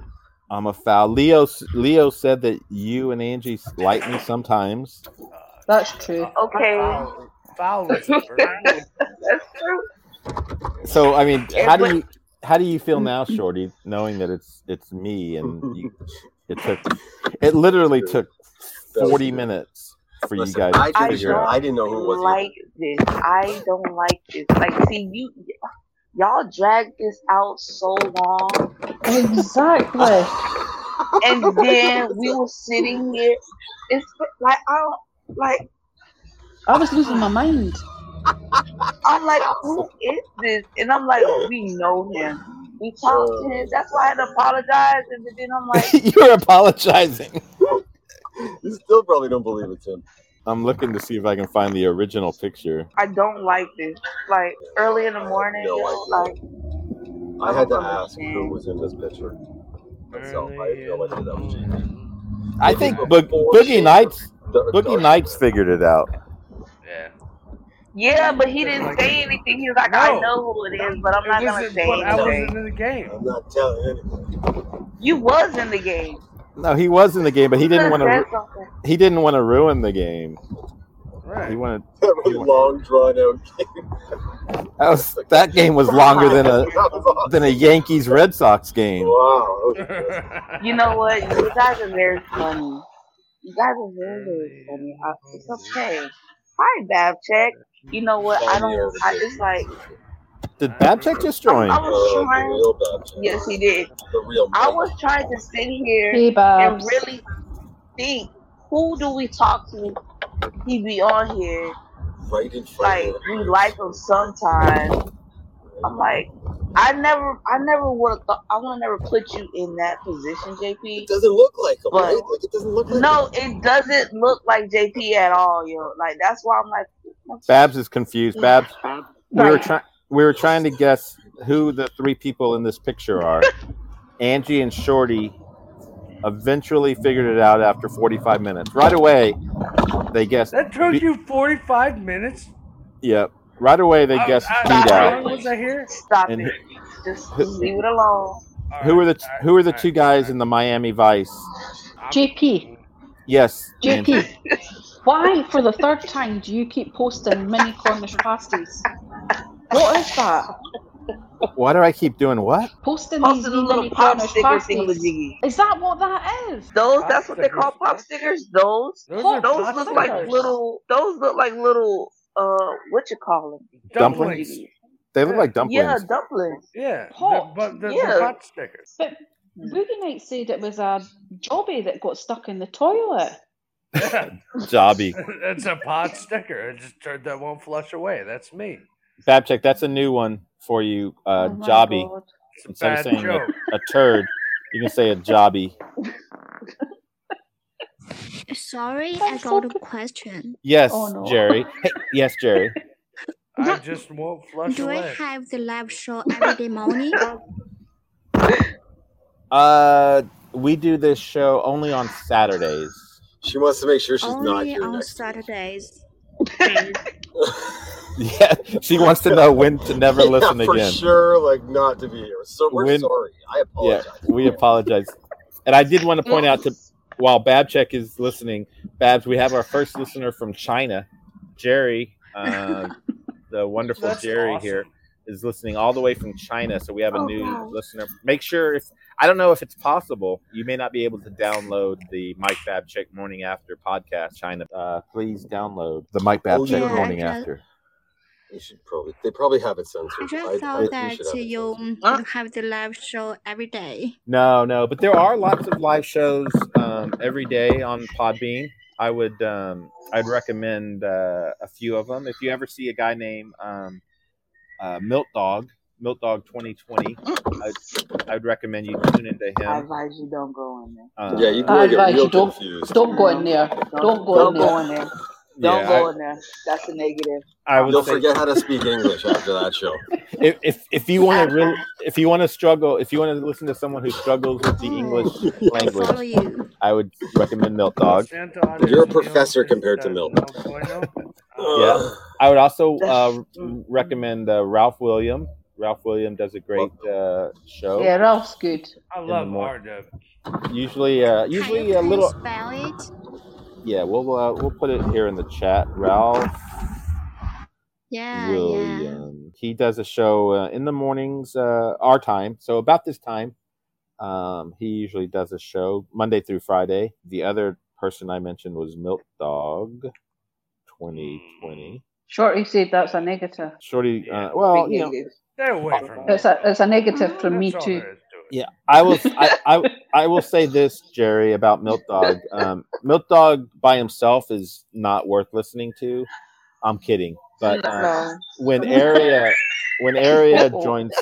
Speaker 1: I'm a foul." Leo, s- Leo said that you and Angie s- like me sometimes.
Speaker 5: Uh,
Speaker 2: That's true.
Speaker 4: Okay.
Speaker 5: foul. Foul is a verb.
Speaker 4: That's true.
Speaker 1: So, I mean,
Speaker 4: And
Speaker 1: how do
Speaker 4: but
Speaker 1: you, how do you feel now, Shorty, knowing that it's it's me and you, it took, it
Speaker 6: That's
Speaker 1: literally
Speaker 6: good.
Speaker 1: took
Speaker 6: That was
Speaker 1: forty
Speaker 6: good.
Speaker 1: minutes for you
Speaker 6: Listen,
Speaker 1: guys
Speaker 6: I
Speaker 1: to
Speaker 4: I
Speaker 6: didn't
Speaker 1: figure
Speaker 6: know.
Speaker 1: out.
Speaker 6: I
Speaker 4: don't
Speaker 6: didn't know who it was either.
Speaker 4: like this. I don't like this. Like, see, you y'all drag this out so long,
Speaker 2: Exactly.
Speaker 4: and then we were sitting here. It's like I don't like.
Speaker 2: I was losing my mind.
Speaker 4: I'm like, who is this? And I'm like, we know him. We talked to him. That's why I had to apologize. And then I'm like,
Speaker 1: You're apologizing.
Speaker 6: you still probably don't believe it's him.
Speaker 1: I'm looking to see if I can find the original picture.
Speaker 4: I don't like this. Like early in the
Speaker 6: I have
Speaker 4: morning,
Speaker 6: no
Speaker 4: yo. Like
Speaker 6: idea. I
Speaker 4: I
Speaker 6: had
Speaker 4: don't
Speaker 6: to ask who
Speaker 4: understand.
Speaker 6: was in this picture myself. I had
Speaker 5: Early
Speaker 6: no
Speaker 5: in the
Speaker 6: idea that was JP.
Speaker 5: morning.
Speaker 1: I
Speaker 6: This was
Speaker 1: think
Speaker 5: I
Speaker 1: Bo-
Speaker 6: before
Speaker 1: Boogie
Speaker 6: shit
Speaker 1: Nights
Speaker 6: got
Speaker 1: Boogie
Speaker 6: dark.
Speaker 1: Nights figured it out.
Speaker 5: yeah.
Speaker 4: Yeah, but he
Speaker 5: Just
Speaker 4: didn't
Speaker 5: like
Speaker 4: say anything. He was like, I
Speaker 5: no,
Speaker 4: know who it is, but I'm
Speaker 5: it
Speaker 4: not gonna
Speaker 5: wasn't.
Speaker 4: say
Speaker 5: But I
Speaker 4: anything.
Speaker 5: wasn't in the game.
Speaker 6: I'm not telling anyone.
Speaker 4: You was in the game.
Speaker 1: No, he was in the game, but
Speaker 4: You
Speaker 1: he didn't
Speaker 4: could have
Speaker 1: want to.
Speaker 4: said
Speaker 1: Ru-
Speaker 4: something.
Speaker 1: he didn't want to ruin the game. He
Speaker 5: Right.
Speaker 1: wanted.
Speaker 6: That
Speaker 1: He
Speaker 6: really
Speaker 1: wa-
Speaker 6: long drawn out game.
Speaker 1: that was that game was longer
Speaker 4: God.
Speaker 1: than a
Speaker 6: that was
Speaker 1: than a
Speaker 6: awesome.
Speaker 1: Yankees Red Sox game.
Speaker 6: Wow, that was impressive.
Speaker 4: You know what? You
Speaker 5: Early
Speaker 4: guys are very funny. You guys are very, very funny.
Speaker 5: in
Speaker 4: I,
Speaker 5: the
Speaker 4: it's
Speaker 5: morning.
Speaker 4: okay. Hi, Babcheck. You know what? I
Speaker 6: Sign me
Speaker 4: don't.
Speaker 6: over
Speaker 4: I
Speaker 6: JP.
Speaker 4: it's like
Speaker 1: Did
Speaker 5: I
Speaker 1: Babchick
Speaker 5: remember.
Speaker 1: just
Speaker 4: I'm. I
Speaker 1: join?
Speaker 4: was
Speaker 6: No, that's Oh, the
Speaker 4: trying.
Speaker 6: real Babchick.
Speaker 4: Yes, he did.
Speaker 6: The real
Speaker 4: I
Speaker 6: Mike.
Speaker 4: was trying to sit here
Speaker 2: Hey,
Speaker 4: and
Speaker 2: Babs.
Speaker 4: really think. Who do we talk to? He be on here.
Speaker 6: Right in front of
Speaker 4: Like
Speaker 6: the
Speaker 4: we like him sometimes, I'm like, I never, I never would have thought, I would have never put you in that position, JP.
Speaker 7: It doesn't look like him,
Speaker 4: But-
Speaker 7: right? Like it doesn't look like
Speaker 4: No, it doesn't look like JP at all, yo. Like that's why I'm like, what the
Speaker 1: Babs is confused. Babs, we were
Speaker 4: Right.
Speaker 1: trying we were trying to guess who the three people in this picture are. Angie and Shorty eventually figured it out after 45 minutes. Right away, they guessed.
Speaker 5: That took
Speaker 1: Be-
Speaker 5: you 45 minutes?
Speaker 1: Yep. Right away, they
Speaker 5: I-
Speaker 1: guessed
Speaker 5: Oh, I-
Speaker 1: beat
Speaker 5: how
Speaker 1: out.
Speaker 5: long was I here?
Speaker 4: Stop
Speaker 1: And-
Speaker 4: it. Just
Speaker 1: Who-
Speaker 4: leave it alone.
Speaker 1: Who are the Who are the two guys in the Miami Vice?
Speaker 2: JP,
Speaker 1: Yes, Angie.
Speaker 2: JP, why for the third time do you keep posting mini Cornish pasties? What is that?
Speaker 1: Why do I keep doing what?
Speaker 2: Posting
Speaker 4: Most
Speaker 2: these
Speaker 4: of the
Speaker 2: wee
Speaker 4: little
Speaker 2: mini
Speaker 4: pop
Speaker 2: Cornish
Speaker 4: sticker
Speaker 2: pasties.
Speaker 4: thingamajiggy.
Speaker 2: Is that what that is?
Speaker 4: Those,
Speaker 5: Pop
Speaker 4: that's what they call
Speaker 5: stickers.
Speaker 4: pop stickers. Those,
Speaker 5: Those
Speaker 2: Pop
Speaker 5: are
Speaker 4: those
Speaker 5: pop
Speaker 4: look
Speaker 2: stickers.
Speaker 4: like little, those look like little, uh, what you call them?
Speaker 1: Dumplings?
Speaker 5: Dumplings.
Speaker 1: They look like
Speaker 4: Yeah,
Speaker 1: dumplings.
Speaker 4: dumplings.
Speaker 5: Yeah, the,
Speaker 2: Pot.
Speaker 5: but the,
Speaker 4: Yeah.
Speaker 5: the pot stickers.
Speaker 2: But Boogie Night said it was a jobby that got stuck in the toilet.
Speaker 5: Yeah,
Speaker 1: Jobby.
Speaker 5: it's a pot sticker. It just turned that won't flush away. That's me.
Speaker 1: Babchick, that's a new one for you. Uh,
Speaker 2: Oh my
Speaker 1: jobby.
Speaker 2: God.
Speaker 5: It's a
Speaker 1: Instead of
Speaker 5: bad
Speaker 1: saying
Speaker 5: joke.
Speaker 1: a turd, you can say a jobby.
Speaker 3: Sorry,
Speaker 2: I'm
Speaker 3: I
Speaker 2: so
Speaker 3: got a
Speaker 2: con-
Speaker 3: question.
Speaker 1: Yes,
Speaker 2: Oh, no.
Speaker 1: Jerry. Hey, yes, Jerry.
Speaker 5: I just won't flush
Speaker 3: Do I
Speaker 5: away.
Speaker 3: have the live show every day morning?
Speaker 1: Uh, we do this show only on Saturdays.
Speaker 7: She wants to make sure she's not
Speaker 3: Only
Speaker 7: here
Speaker 3: on
Speaker 7: next week.
Speaker 3: Saturdays.
Speaker 1: Yeah, she wants to know when to never
Speaker 7: Yeah,
Speaker 1: listen
Speaker 7: for
Speaker 1: again.
Speaker 7: sure, like not to be here. So we're
Speaker 1: When-
Speaker 7: sorry. I
Speaker 1: Yeah,
Speaker 7: apologize.
Speaker 1: we apologize. And I did want to point out to while Babchek is listening, Babs, we have our first listener from China, Jerry. Uh, the wonderful
Speaker 5: That's
Speaker 1: Jerry
Speaker 5: awesome.
Speaker 1: here is listening all the way from China, so we have a
Speaker 4: Oh,
Speaker 1: new
Speaker 4: wow.
Speaker 1: listener. Make sure if I don't know if it's possible, you may not be able to download the Mike Babchick Morning After podcast. China, uh, please download the Mike
Speaker 7: Oh,
Speaker 1: Babchick
Speaker 7: yeah, I
Speaker 1: Morning
Speaker 3: can-
Speaker 1: After.
Speaker 7: You should probably. They probably have it censored.
Speaker 3: I just
Speaker 7: we
Speaker 3: thought that
Speaker 7: should have it
Speaker 3: you
Speaker 7: censored.
Speaker 4: Huh?
Speaker 3: you have the live show every day.
Speaker 1: No, no, but there are lots of live shows um, every day on Podbean. I would um, I'd recommend uh, a few of them. If you ever see a guy named um, uh, Milk Dog, Milk Dog 2020,
Speaker 7: Mm.
Speaker 1: I'd, I'd recommend you tune into
Speaker 4: I
Speaker 1: him.
Speaker 4: advise you don't go in there.
Speaker 1: Uh,
Speaker 7: Yeah, you
Speaker 2: I
Speaker 7: probably get
Speaker 2: advise
Speaker 7: real
Speaker 2: you don't-
Speaker 7: confused.
Speaker 2: Don't go in there. Don't go in
Speaker 4: Don't
Speaker 2: there.
Speaker 4: go in there.
Speaker 1: yeah,
Speaker 4: Don't
Speaker 1: I-
Speaker 4: go in there. That's a negative.
Speaker 1: I would
Speaker 7: You'll
Speaker 1: say
Speaker 7: forget how to speak English after that show.
Speaker 1: if, if if you want to really if you want to struggle if you want to listen to someone who struggles with the
Speaker 3: Oh,
Speaker 1: English
Speaker 3: I
Speaker 1: language,
Speaker 3: follow you.
Speaker 1: I would recommend Milk Dog.
Speaker 7: You're a professor compared to Milton.
Speaker 5: Uh, Yeah.
Speaker 1: I would also uh,
Speaker 4: That's- mm.
Speaker 1: recommend uh, Ralph William. Ralph William does a great uh, show.
Speaker 2: Yeah, Ralph's good.
Speaker 5: I
Speaker 1: the
Speaker 5: love
Speaker 1: mor-
Speaker 5: RW.
Speaker 1: Usually, uh,
Speaker 3: Can
Speaker 1: usually
Speaker 3: you
Speaker 1: a
Speaker 3: please
Speaker 1: little.
Speaker 3: spell it?
Speaker 1: Yeah, we'll uh, we'll put it here in the chat. Ralph
Speaker 3: Yeah, yeah.
Speaker 1: William. He does a show uh, in the mornings, uh, our time. So about this time, um, he usually does a show Monday through Friday. The other person I mentioned was Milk Dog, twenty twenty.
Speaker 3: Mm.
Speaker 2: Shorty said that's a negative.
Speaker 1: Shorty. Uh,
Speaker 5: Yeah.
Speaker 1: well,
Speaker 4: Big
Speaker 1: you know,
Speaker 4: negative.
Speaker 5: Stay away from
Speaker 2: It's
Speaker 5: Milton.
Speaker 2: a it's a negative from me
Speaker 5: That's all
Speaker 2: too.
Speaker 5: there is to it.
Speaker 1: yeah. I will. I, I I will say this, Jerry, about Milk Dog. Um, Milk Dog by himself is not worth listening to. I'm kidding, but. Um,
Speaker 4: No.
Speaker 1: when area when area
Speaker 4: Oh.
Speaker 2: Uh-oh.
Speaker 1: joins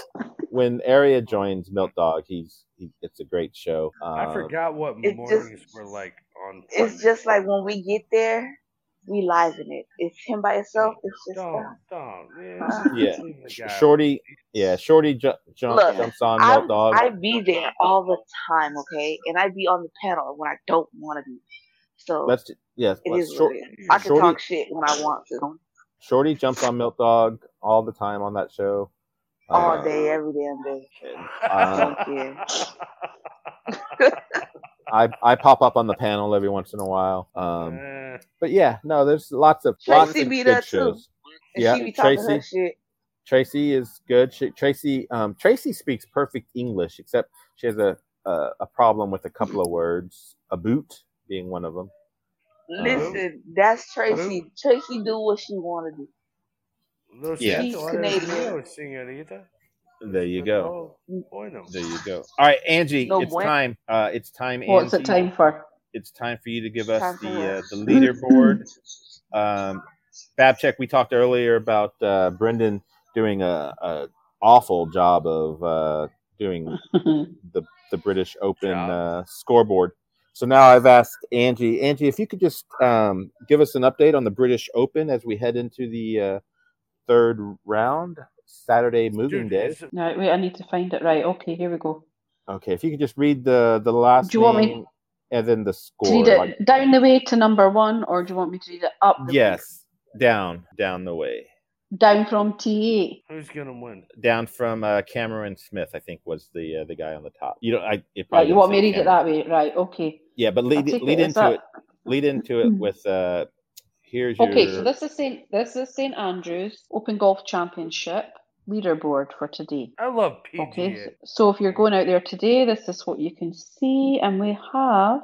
Speaker 1: when area joins Milk Dog, he's he, it's a great show. Um,
Speaker 5: I forgot what
Speaker 4: It's just-
Speaker 5: mornings were like on.
Speaker 4: It's
Speaker 5: Sunday.
Speaker 4: just like when we get there, we liven it. It's him by himself. It's just
Speaker 5: Don't,
Speaker 4: us.
Speaker 5: don't,
Speaker 4: Uh,
Speaker 5: man.
Speaker 1: Yeah.
Speaker 5: Leave the
Speaker 1: Sh-
Speaker 5: guy
Speaker 1: Shorty, yeah, Shorty ju- jump,
Speaker 4: Look,
Speaker 1: jumps on
Speaker 4: I'm,
Speaker 1: Milk Dog.
Speaker 4: I be there all the time, okay? And I be on the panel when I don't want to be. So
Speaker 1: Let's ju- yes,
Speaker 4: it
Speaker 1: let's
Speaker 4: is
Speaker 1: Shor-
Speaker 4: what it is. I can
Speaker 1: Shorty-
Speaker 4: talk shit when I want to.
Speaker 1: Shorty jumps on Milk Dog all the time on that show.
Speaker 4: All
Speaker 1: Uh,
Speaker 4: day, every damn day.
Speaker 1: uh,
Speaker 4: Don't care.
Speaker 1: I I pop up on the panel every once in a while. Um,
Speaker 5: Eh,
Speaker 1: but yeah, no, there's lots of lots
Speaker 4: Tracy
Speaker 1: of
Speaker 4: be
Speaker 1: good
Speaker 4: there too.
Speaker 1: shows.
Speaker 4: And
Speaker 1: Yeah,
Speaker 4: she be talking
Speaker 1: Tracy.
Speaker 4: her shit.
Speaker 1: Tracy is good. She, Tracy, um, Tracy speaks perfect English, except she has a, a a problem with a couple of words. A boot being one of them. Uh-huh.
Speaker 4: Listen, that's Tracy. Tracy do what she want to do.
Speaker 5: Lo
Speaker 1: Yeah.
Speaker 5: siento,
Speaker 4: She's
Speaker 5: ahora es
Speaker 4: Canadian.
Speaker 5: mío, señorita.
Speaker 1: There you
Speaker 5: That's
Speaker 1: go.
Speaker 5: all. Bueno.
Speaker 1: There you go. All right, Angie,
Speaker 4: No
Speaker 1: it's
Speaker 4: bueno.
Speaker 1: time. Uh, it's time, Angie.
Speaker 2: What's it time for?
Speaker 1: It's time for you to give us
Speaker 4: It's time for
Speaker 1: the
Speaker 4: what?
Speaker 1: uh, the leaderboard. Um, Babcheck, we talked earlier about uh, Brendan doing a, a awful job of uh, doing the the British Open
Speaker 5: Job.
Speaker 1: uh, scoreboard. So now I've asked Angie. Angie, if you could just um, give us an update on the British Open as we head into the uh, third round, Saturday moving
Speaker 5: Dude,
Speaker 1: day.
Speaker 5: it's-
Speaker 2: No, wait, I need to find it right. Okay, here we go.
Speaker 1: Okay, if you could just read the the last
Speaker 2: Do you want me-
Speaker 1: name and then the
Speaker 2: Do you
Speaker 1: score.
Speaker 2: need it
Speaker 1: like-
Speaker 2: down the way to number one, or do you want me to read it up? the-
Speaker 1: yes, down, down the way,
Speaker 2: Down from T8.
Speaker 5: who's gonna win?
Speaker 1: down from uh, Cameron Smith. I think was the uh, the guy on the top. You know, I it
Speaker 2: Right, you
Speaker 1: doesn't
Speaker 2: want me to
Speaker 1: say
Speaker 2: read it
Speaker 1: Cameron.
Speaker 2: that way? Right, okay.
Speaker 1: Yeah, but
Speaker 2: I'll
Speaker 1: lead
Speaker 2: take
Speaker 1: lead
Speaker 2: it as
Speaker 1: into
Speaker 2: that. Hmm.
Speaker 1: it. Lead into it with uh, here's
Speaker 2: Okay,
Speaker 1: your
Speaker 2: so this is St. This is St. Andrews Open Golf Championship leaderboard for today.
Speaker 5: I love PGA.
Speaker 2: Okay, so, so if you're going out there today, this is what you can see, and we have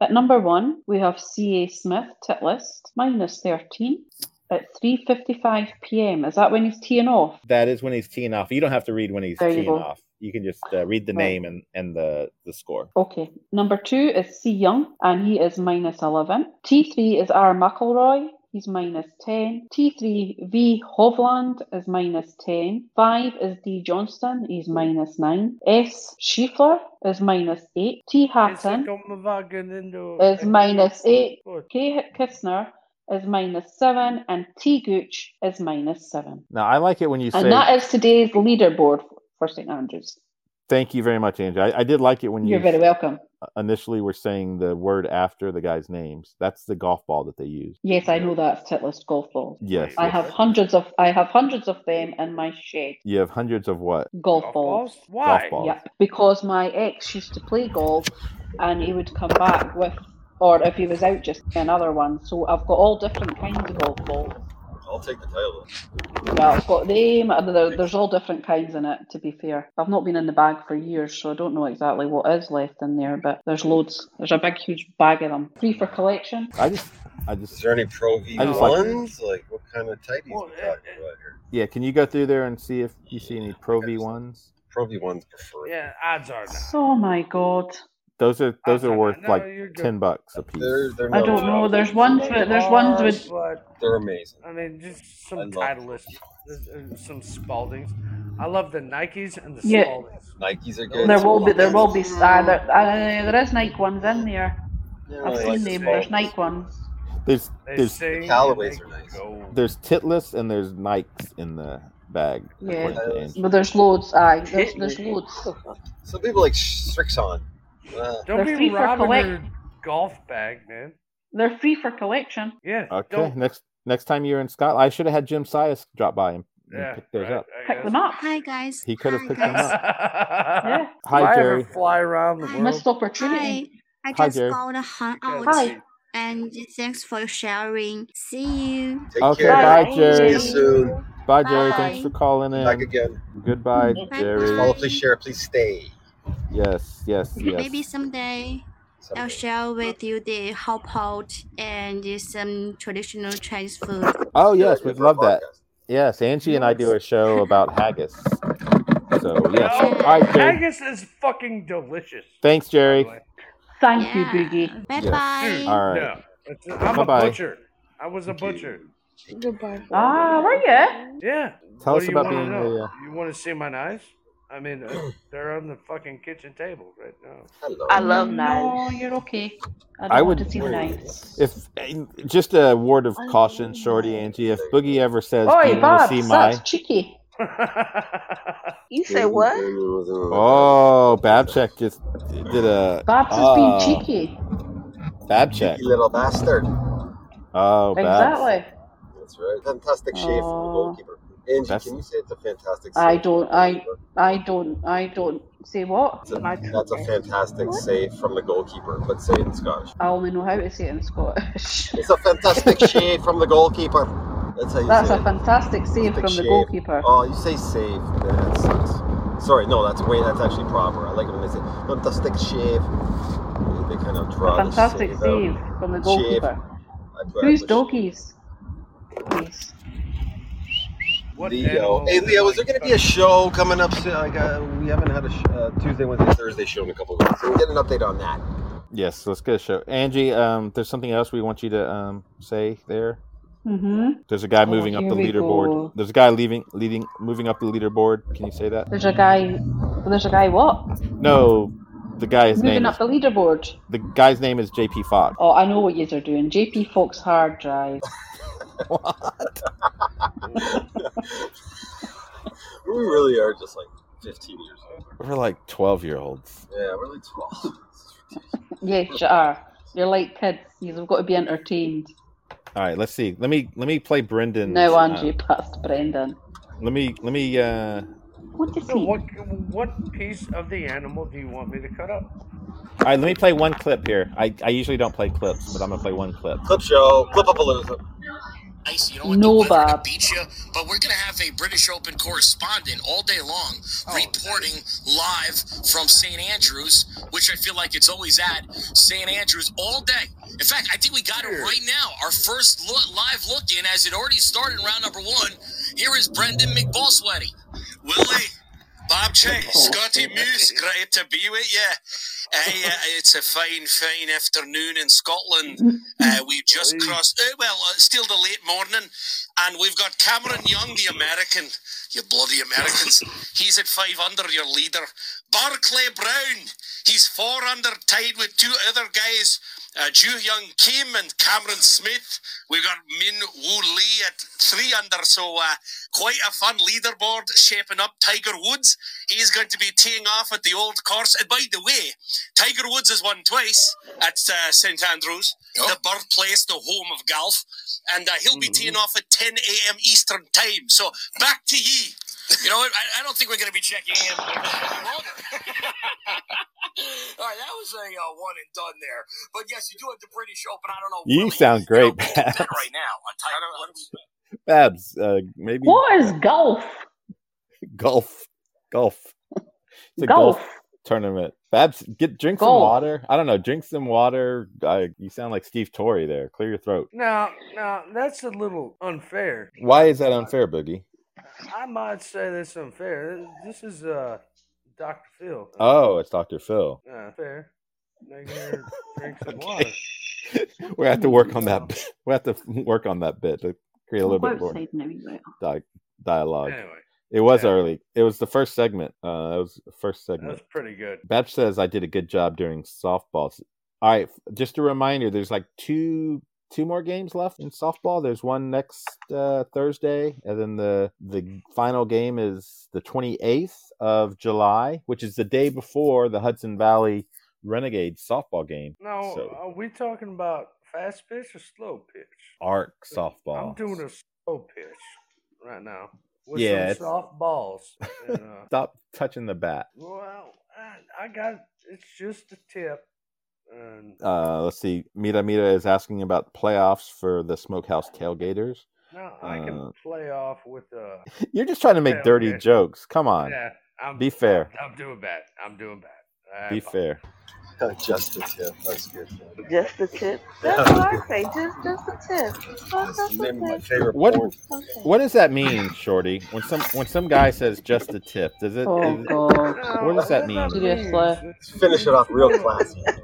Speaker 2: at number one we have C. A. Smith Titlis minus thirteen at three fifty five p.m. Is that when he's teeing off?
Speaker 1: that is when he's teeing off. You don't have to read when he's
Speaker 2: There you
Speaker 1: teeing
Speaker 2: go.
Speaker 1: off. You can just uh, read the
Speaker 2: Right.
Speaker 1: name and and the the score.
Speaker 2: Okay, number two is C. Young, and he is minus 11. T3 is R. McElroy, he's minus 10. T3 V. Hovland is minus 10. 5 is D. Johnston, he's minus 9. S. Schieffler is minus 8. T.
Speaker 5: It's
Speaker 2: Hatton
Speaker 5: like I'm a fucking indoor-
Speaker 2: is minus 8.
Speaker 5: Good.
Speaker 2: K. Kistner is minus 7. And T. Gooch is minus 7.
Speaker 1: Now I like it when you say
Speaker 2: And that is today's leaderboard for St. Andrews.
Speaker 1: thank you very much, Angie. I, I did like it when you
Speaker 2: You're very welcome.
Speaker 1: initially were saying the word after the guys' names. That's the golf ball that they use.
Speaker 2: Yes, I know that's Titleist Golf Balls.
Speaker 1: Yes,
Speaker 2: I
Speaker 1: yes.
Speaker 2: have hundreds of I have hundreds of them in my shed.
Speaker 1: You have hundreds of what?
Speaker 2: Golf,
Speaker 5: Golf
Speaker 2: balls.
Speaker 5: balls? Why?
Speaker 1: Golf balls.
Speaker 2: Yeah, because my ex used to play golf, and he would come back with, or if he was out, just another one. So I've got all different kinds of golf balls.
Speaker 7: I'll take the title.
Speaker 2: Yeah, I've got them. and there- There's all different kinds in it. To be fair, I've not been in the bag for years, so I don't know exactly what is left in there. But there's loads. There's a big, huge bag of them, free for collection.
Speaker 1: I just, I
Speaker 7: Is
Speaker 1: just,
Speaker 7: there any Pro V
Speaker 1: I just like-
Speaker 7: ones? Like what kind of tighties
Speaker 5: Well,
Speaker 7: we
Speaker 5: eh,
Speaker 7: talking about here?
Speaker 1: yeah. Can you go through there and see if you see any Pro V ones?
Speaker 7: Pro V ones preferred.
Speaker 5: Yeah, odds are not.
Speaker 2: Oh my god.
Speaker 1: Those are those
Speaker 5: Outside,
Speaker 1: are worth
Speaker 5: no,
Speaker 1: like
Speaker 5: you're good.
Speaker 1: ten bucks a piece.
Speaker 7: They're, they're
Speaker 2: I
Speaker 7: not
Speaker 2: don't know.
Speaker 7: top.
Speaker 2: There's ones with there's ones
Speaker 5: Are,
Speaker 2: with
Speaker 5: but
Speaker 7: They're amazing.
Speaker 5: I mean, just
Speaker 7: I
Speaker 5: some
Speaker 7: love
Speaker 5: Titleist, uh, some Spaldings. I love the Nikes and the
Speaker 2: Yeah.
Speaker 5: Spaldings.
Speaker 7: Nikes are
Speaker 5: Well,
Speaker 7: good.
Speaker 2: There will be there
Speaker 7: Spaldings.
Speaker 2: will be uh, there, uh, there is Nike ones in there.
Speaker 7: Yeah,
Speaker 2: I've
Speaker 7: I
Speaker 2: seen
Speaker 7: like the
Speaker 2: them.
Speaker 7: Spaldings.
Speaker 2: There's Nike ones.
Speaker 1: There's
Speaker 5: They
Speaker 1: there's
Speaker 5: sing. and
Speaker 7: Callaways
Speaker 5: they
Speaker 7: are nice.
Speaker 5: go.
Speaker 1: there's titless and there's Nikes in the bag.
Speaker 2: Yeah.
Speaker 1: according to Angie.
Speaker 2: But there's loads. Aye, there's, there's
Speaker 4: Hitler.
Speaker 2: loads.
Speaker 7: Some people like Strixon. Uh,
Speaker 5: Don't
Speaker 2: They're
Speaker 5: be
Speaker 2: free for
Speaker 5: robbing
Speaker 2: collect-
Speaker 5: her golf bag, man.
Speaker 2: They're free for collection.
Speaker 5: Yeah.
Speaker 1: Okay,
Speaker 5: Don't,
Speaker 1: next next time you're in Scotland, I should have had Jim Sias drop by and, and
Speaker 5: yeah.
Speaker 1: pick those
Speaker 5: right,
Speaker 1: up.
Speaker 5: I
Speaker 2: Pick
Speaker 5: guess.
Speaker 2: them up.
Speaker 3: Hi guys.
Speaker 1: He could have
Speaker 3: Hi,
Speaker 1: picked them
Speaker 3: guys.
Speaker 1: up.
Speaker 2: Yeah.
Speaker 5: If
Speaker 1: Hi,
Speaker 5: I ever
Speaker 1: Jerry.
Speaker 5: fly around the
Speaker 3: Hi.
Speaker 5: world.
Speaker 2: Missed opportunity.
Speaker 3: Hi. I
Speaker 1: Hi,
Speaker 3: just
Speaker 1: Jerry.
Speaker 3: got a hung out.
Speaker 2: Hi.
Speaker 3: And thanks for sharing. See you.
Speaker 7: take
Speaker 1: Okay,
Speaker 7: care.
Speaker 2: bye,
Speaker 7: See
Speaker 2: Jerry.
Speaker 7: you soon.
Speaker 1: Bye, Jerry.
Speaker 3: Bye.
Speaker 1: Thanks for calling in.
Speaker 7: Back again.
Speaker 1: Goodbye,
Speaker 3: Bye-bye.
Speaker 7: Please
Speaker 1: Jerry.
Speaker 7: follow, please share, please stay.
Speaker 3: Oh,
Speaker 1: Yes, yes, yes.
Speaker 3: Maybe someday I'll
Speaker 7: Someday.
Speaker 3: share with you the hot pot and some traditional Chinese food.
Speaker 1: Oh
Speaker 7: Good
Speaker 1: yes,
Speaker 7: idea
Speaker 1: we'd
Speaker 7: for a
Speaker 1: love that.
Speaker 7: podcast.
Speaker 1: Yes, Angie and I do a show about haggis. So yes.
Speaker 5: No,
Speaker 1: All right, Jerry.
Speaker 5: Oh, haggis is fucking delicious.
Speaker 1: Thanks, Jerry.
Speaker 2: Thank
Speaker 3: yeah.
Speaker 2: you, Boogie.
Speaker 3: Bye
Speaker 1: Yes.
Speaker 3: bye.
Speaker 5: Dude,
Speaker 1: All right.
Speaker 5: No, it's, I'm a
Speaker 1: Bye-bye.
Speaker 5: butcher. I was a butcher.
Speaker 8: Goodbye.
Speaker 2: Ah, were you?
Speaker 5: Yeah.
Speaker 1: Tell
Speaker 5: what
Speaker 1: us
Speaker 5: do you
Speaker 1: about
Speaker 5: wanna
Speaker 1: being
Speaker 5: know?
Speaker 1: a, uh,
Speaker 5: You want to see my knives? I mean, uh, they're on the fucking kitchen table right now.
Speaker 7: Hello.
Speaker 4: I love
Speaker 2: No,
Speaker 4: knives.
Speaker 2: you're okay. I don't
Speaker 1: I
Speaker 2: want
Speaker 1: would-
Speaker 2: to see the knives.
Speaker 1: If just a word of caution, Shorty Angie, if Boogie ever says, "Do
Speaker 2: Oi,
Speaker 1: you want to see
Speaker 2: Babs,
Speaker 1: my?"
Speaker 2: that's cheeky.
Speaker 4: You say what?
Speaker 1: Oh, Babcheck just did a
Speaker 2: Babs is
Speaker 1: oh,
Speaker 2: being cheeky.
Speaker 1: Babcheck.
Speaker 7: You little bastard.
Speaker 1: Oh, Babs.
Speaker 2: Exactly.
Speaker 7: That's right. Fantastic shave from the
Speaker 2: Aw.
Speaker 7: goalkeeper. Angie,
Speaker 1: That's-
Speaker 7: can you say it's a fantastic save?
Speaker 2: Oh. I
Speaker 7: from the
Speaker 2: don't. I.
Speaker 7: goalkeeper?
Speaker 2: I don't. I don't. Say what?
Speaker 7: It's a-
Speaker 4: My true
Speaker 7: that's a
Speaker 4: name.
Speaker 7: fantastic save from the goalkeeper, but say it in Scottish.
Speaker 2: I only know how to say it in Scottish.
Speaker 7: It's a fantastic shave from the goalkeeper. That's how you
Speaker 2: That's
Speaker 7: say
Speaker 2: a
Speaker 7: it.
Speaker 2: fantastic
Speaker 7: Fantastic
Speaker 2: save from the
Speaker 7: shave.
Speaker 2: goalkeeper.
Speaker 7: Oh, you say save. Man, that sucks. Sorry, no, that's way. That's actually proper. I like it when they say fantastic shave. They kind of
Speaker 2: A
Speaker 7: draw the
Speaker 2: fantastic
Speaker 7: shave out.
Speaker 2: save from the goalkeeper.
Speaker 7: I put
Speaker 2: Who's
Speaker 7: the sh-
Speaker 2: doggies? Please.
Speaker 5: what
Speaker 7: Leo.
Speaker 5: animal
Speaker 7: Hey,
Speaker 5: would
Speaker 7: Leo,
Speaker 5: like
Speaker 7: is there going to be
Speaker 5: to-
Speaker 7: a show coming up? soon? Like, uh, we haven't had a sh- uh, Tuesday, Wednesday, Thursday show in a couple of weeks. So we get an update on that.
Speaker 1: Yes, let's get a show. Angie, um, there's something else we want you to um say there.
Speaker 2: hmm
Speaker 1: There's a guy
Speaker 2: Oh,
Speaker 1: moving up
Speaker 2: here
Speaker 1: the
Speaker 2: we
Speaker 1: leaderboard.
Speaker 2: go.
Speaker 1: There's a guy leaving, leading, moving up the leaderboard. Can you say that?
Speaker 2: There's a guy. There's a guy. What?
Speaker 1: No, the guy's
Speaker 2: Moving
Speaker 1: name.
Speaker 2: up
Speaker 1: Is,
Speaker 2: the leaderboard.
Speaker 1: the guy's name is JP Fogg.
Speaker 2: Oh, I know what yous are doing. JP Fox hard drive.
Speaker 7: What? we really are just like 15 years old.
Speaker 1: We're like twelve year olds.
Speaker 7: Yeah, we're like 12.
Speaker 2: Yes, you are. You're like kids. You've got to be entertained.
Speaker 1: All right, let's see. Let me let me play Brendan.
Speaker 2: Now, Andrew, past Brendan.
Speaker 1: let me let me. uh
Speaker 2: What is
Speaker 5: So
Speaker 2: he?
Speaker 5: what what piece of the animal do you want me to cut up?
Speaker 1: All right, let me play one clip here. I I usually don't play clips, but I'm gonna play one clip.
Speaker 7: Clip show, clip up a loser.
Speaker 8: ice. You don't want
Speaker 2: No,
Speaker 8: the weather
Speaker 2: Bob.
Speaker 8: to beat you, but we're going to have a British Open correspondent all day long reporting live from St. Andrews, which I feel like it's always at St. Andrews all day. In fact, I think we got it right now. Our first look, live look in, as it already started in round number one. Here is Brendan McBallsweaty. Willie, Bob Chase, Scotty Muse, great to be with you. Hey, uh, it's a fine, fine afternoon in Scotland. Uh, we've just crossed, uh, well, uh, still the late morning, and we've got Cameron Young, the American. You bloody Americans. He's at five under, your leader. Barclay Brown, he's four under, tied with two other guys. Uh, Ju Young Kim and Cameron Smith. We've got Min Woo Lee at three under, so uh, quite a fun leaderboard shaping up. Tiger Woods, he's going to be teeing off at the old course. And by the way, Tiger Woods has won twice at uh, St Andrews, the birthplace, the home of golf, and uh, he'll be teeing off at 10 a.m. Eastern time. So back to ye. You know, what? I, I don't think we're going to be checking in. All right, that was a uh, one and done there. But yes, you do have the British Open. I don't know.
Speaker 1: You
Speaker 8: Willie,
Speaker 1: sound
Speaker 8: you know,
Speaker 1: great,
Speaker 8: we can bet
Speaker 1: Babs.
Speaker 8: right now on Tiger Woods.
Speaker 1: Babs, uh, maybe
Speaker 2: What is golf?
Speaker 1: golf, golf. It's a golf.
Speaker 2: Golf.
Speaker 1: tournament. Babs, get drink some
Speaker 2: Golf.
Speaker 1: water. I don't know. Drink some water. I, you sound like Steve Torrey there. Clear your throat.
Speaker 5: Now, now that's a little unfair.
Speaker 1: Why is that unfair, Boogie?
Speaker 5: I might say that's unfair. This is uh, Dr. Phil.
Speaker 1: Oh, it's Dr. Phil.
Speaker 5: Yeah, fair. Make her drink some
Speaker 1: Okay.
Speaker 5: water.
Speaker 1: We have to work on that. bit. We have to work on that bit to create a little
Speaker 2: Go
Speaker 1: bit more
Speaker 2: outside now, you right?
Speaker 1: di- dialogue.
Speaker 5: Anyway,
Speaker 1: It was
Speaker 5: yeah.
Speaker 1: early. It was the first segment. Uh, it was the first
Speaker 5: that was
Speaker 1: segment.
Speaker 5: pretty good.
Speaker 1: Babs says I did a good job during softball. All right, just a reminder. There's like two two more games left in softball. There's one next uh, Thursday, and then the the final game is the 28th of July, which is the day before the Hudson Valley Renegade softball game.
Speaker 5: Now,
Speaker 1: So
Speaker 5: are we talking about fast pitch or slow pitch?
Speaker 1: arc
Speaker 5: I'm
Speaker 1: softball.
Speaker 5: doing a slow pitch right now with
Speaker 1: Yeah, it's-
Speaker 5: some soft balls. And, uh,
Speaker 1: Stop touching the bat.
Speaker 5: well, I, I got it's just a tip, and
Speaker 1: Uh, let's see. Mira Mira is asking about playoffs for the Smokehouse Tailgaters.
Speaker 5: now I
Speaker 1: Uh,
Speaker 5: can play off with uh.
Speaker 1: You're just trying to make
Speaker 5: Okay,
Speaker 1: dirty
Speaker 5: okay.
Speaker 1: jokes. Come on.
Speaker 5: Yeah, I'm
Speaker 1: Be fair.
Speaker 5: I'm doing bad. I'm doing bad. I
Speaker 1: Be
Speaker 5: apologize.
Speaker 1: fair.
Speaker 7: just a tip. Oh, That's good.
Speaker 4: Just a tip. That's what I say. Just, just a tip. Just,
Speaker 7: That's
Speaker 4: just
Speaker 7: the name of my
Speaker 4: a tip.
Speaker 7: favorite
Speaker 1: What-
Speaker 7: porn.
Speaker 4: Okay.
Speaker 1: What does that mean, Shorty? When some when some guy says just a tip, does it?
Speaker 2: Oh,
Speaker 1: is it-
Speaker 2: God.
Speaker 5: No,
Speaker 1: What does that mean?
Speaker 2: Seriously.
Speaker 7: Let's finish it off real
Speaker 5: fast.
Speaker 7: classy.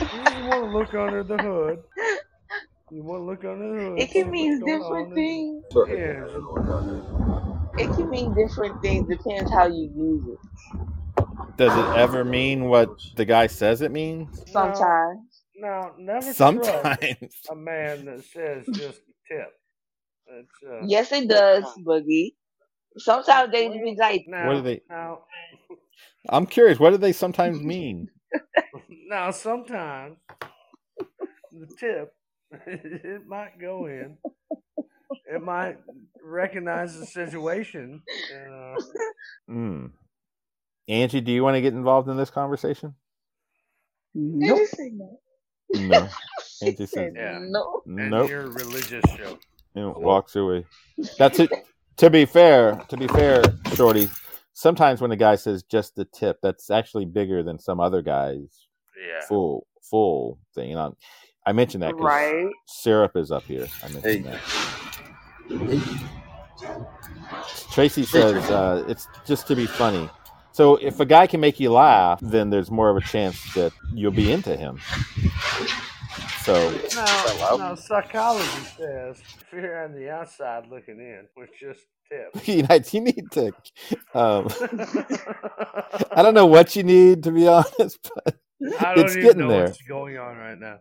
Speaker 5: You just want to look under the hood. You want to look under the hood.
Speaker 4: It
Speaker 5: see
Speaker 4: can
Speaker 5: what's
Speaker 4: mean
Speaker 5: going on
Speaker 4: different
Speaker 5: in-
Speaker 4: things.
Speaker 7: Sure.
Speaker 5: Yeah.
Speaker 4: It can mean different things. Depends how you use it.
Speaker 1: does it ever mean what the guy says it means?
Speaker 5: Now,
Speaker 4: Sometimes.
Speaker 5: now, never trust
Speaker 1: Sometimes.
Speaker 5: a man that says just a tip. It's, uh,
Speaker 4: Yes, it does, Boogie. Sometimes they be like,
Speaker 1: What do
Speaker 5: now,
Speaker 1: they?
Speaker 5: now,
Speaker 1: I'm curious. What do they sometimes mean?
Speaker 5: now, sometimes the tip, it might go in. It might recognize the situation. And, uh,
Speaker 1: Hmm. Angie, do you want to get involved in this conversation?
Speaker 4: did
Speaker 2: Nope.
Speaker 4: you say no?
Speaker 1: No.
Speaker 4: she
Speaker 1: Angie
Speaker 4: said
Speaker 1: says
Speaker 5: Yeah.
Speaker 4: no.
Speaker 5: and
Speaker 1: nope.
Speaker 5: your religious show.
Speaker 1: and walks away. That's it. To be fair, to be fair, Shorty, sometimes when a guy says just the tip, that's actually bigger than some other guy's
Speaker 5: Yeah.
Speaker 1: full full thing. And I'm, I mentioned that because
Speaker 4: Right.
Speaker 1: syrup is up here. I mentioned
Speaker 7: Hey.
Speaker 1: that. Tracy says uh, it's just to be funny. So if a guy can make you laugh, then there's more of a chance that you'll be into him. So
Speaker 5: Now, now psychology says if you're on the outside looking in, which just tips.
Speaker 1: you need- you need to. Um, I don't know what you need to be honest, but
Speaker 5: I don't
Speaker 1: it's
Speaker 5: even
Speaker 1: getting
Speaker 5: know
Speaker 1: there.
Speaker 5: what's going on right now.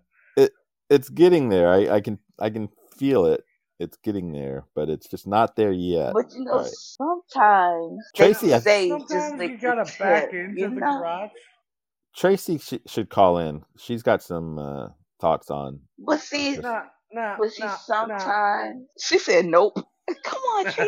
Speaker 1: It's getting there. I, I can I can feel it. It's getting there, but it's just not there yet.
Speaker 4: But you know,
Speaker 1: Right.
Speaker 4: sometimes they
Speaker 1: Tracy, I-
Speaker 4: say just
Speaker 5: Sometimes
Speaker 4: like
Speaker 5: you gotta back
Speaker 4: you
Speaker 5: into the
Speaker 4: know?
Speaker 5: garage.
Speaker 1: Tracy sh- should call in. She's got some uh, thoughts on.
Speaker 4: But see,
Speaker 1: Yes.
Speaker 5: Nah, nah,
Speaker 4: but see,
Speaker 5: nah, nah.
Speaker 4: sometimes she said nope. Come on, Tracy.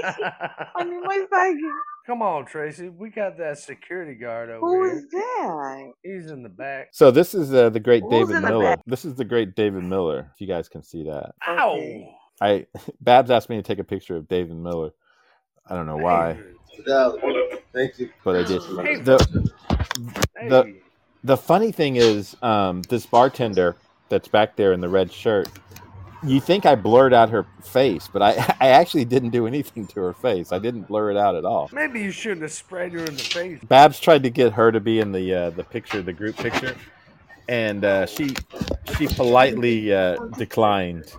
Speaker 4: I mean, "Oh, my baby.
Speaker 5: Come on, Tracy. We got that security guard over
Speaker 4: Who
Speaker 5: here.
Speaker 4: is that?
Speaker 5: He's in the back.
Speaker 1: So this is uh, the great
Speaker 4: Who's
Speaker 1: David
Speaker 4: in the
Speaker 1: Miller.
Speaker 4: back?
Speaker 1: This is the great David Miller. If you guys can see that,
Speaker 5: Ow!
Speaker 1: I Babs asked me to take a picture of David Miller. I don't know why,
Speaker 5: David,
Speaker 6: Thank you.
Speaker 1: but I did.
Speaker 5: Hey.
Speaker 1: The- The-
Speaker 5: Hey,
Speaker 1: the funny thing is um, this bartender that's back there in the red shirt you think i blurred out her face but i i actually didn't do anything to her face i didn't blur it out at all
Speaker 5: maybe you shouldn't have sprayed her in the face.
Speaker 1: babs tried to get her to be in the uh, the picture the group picture and uh, she she politely uh, declined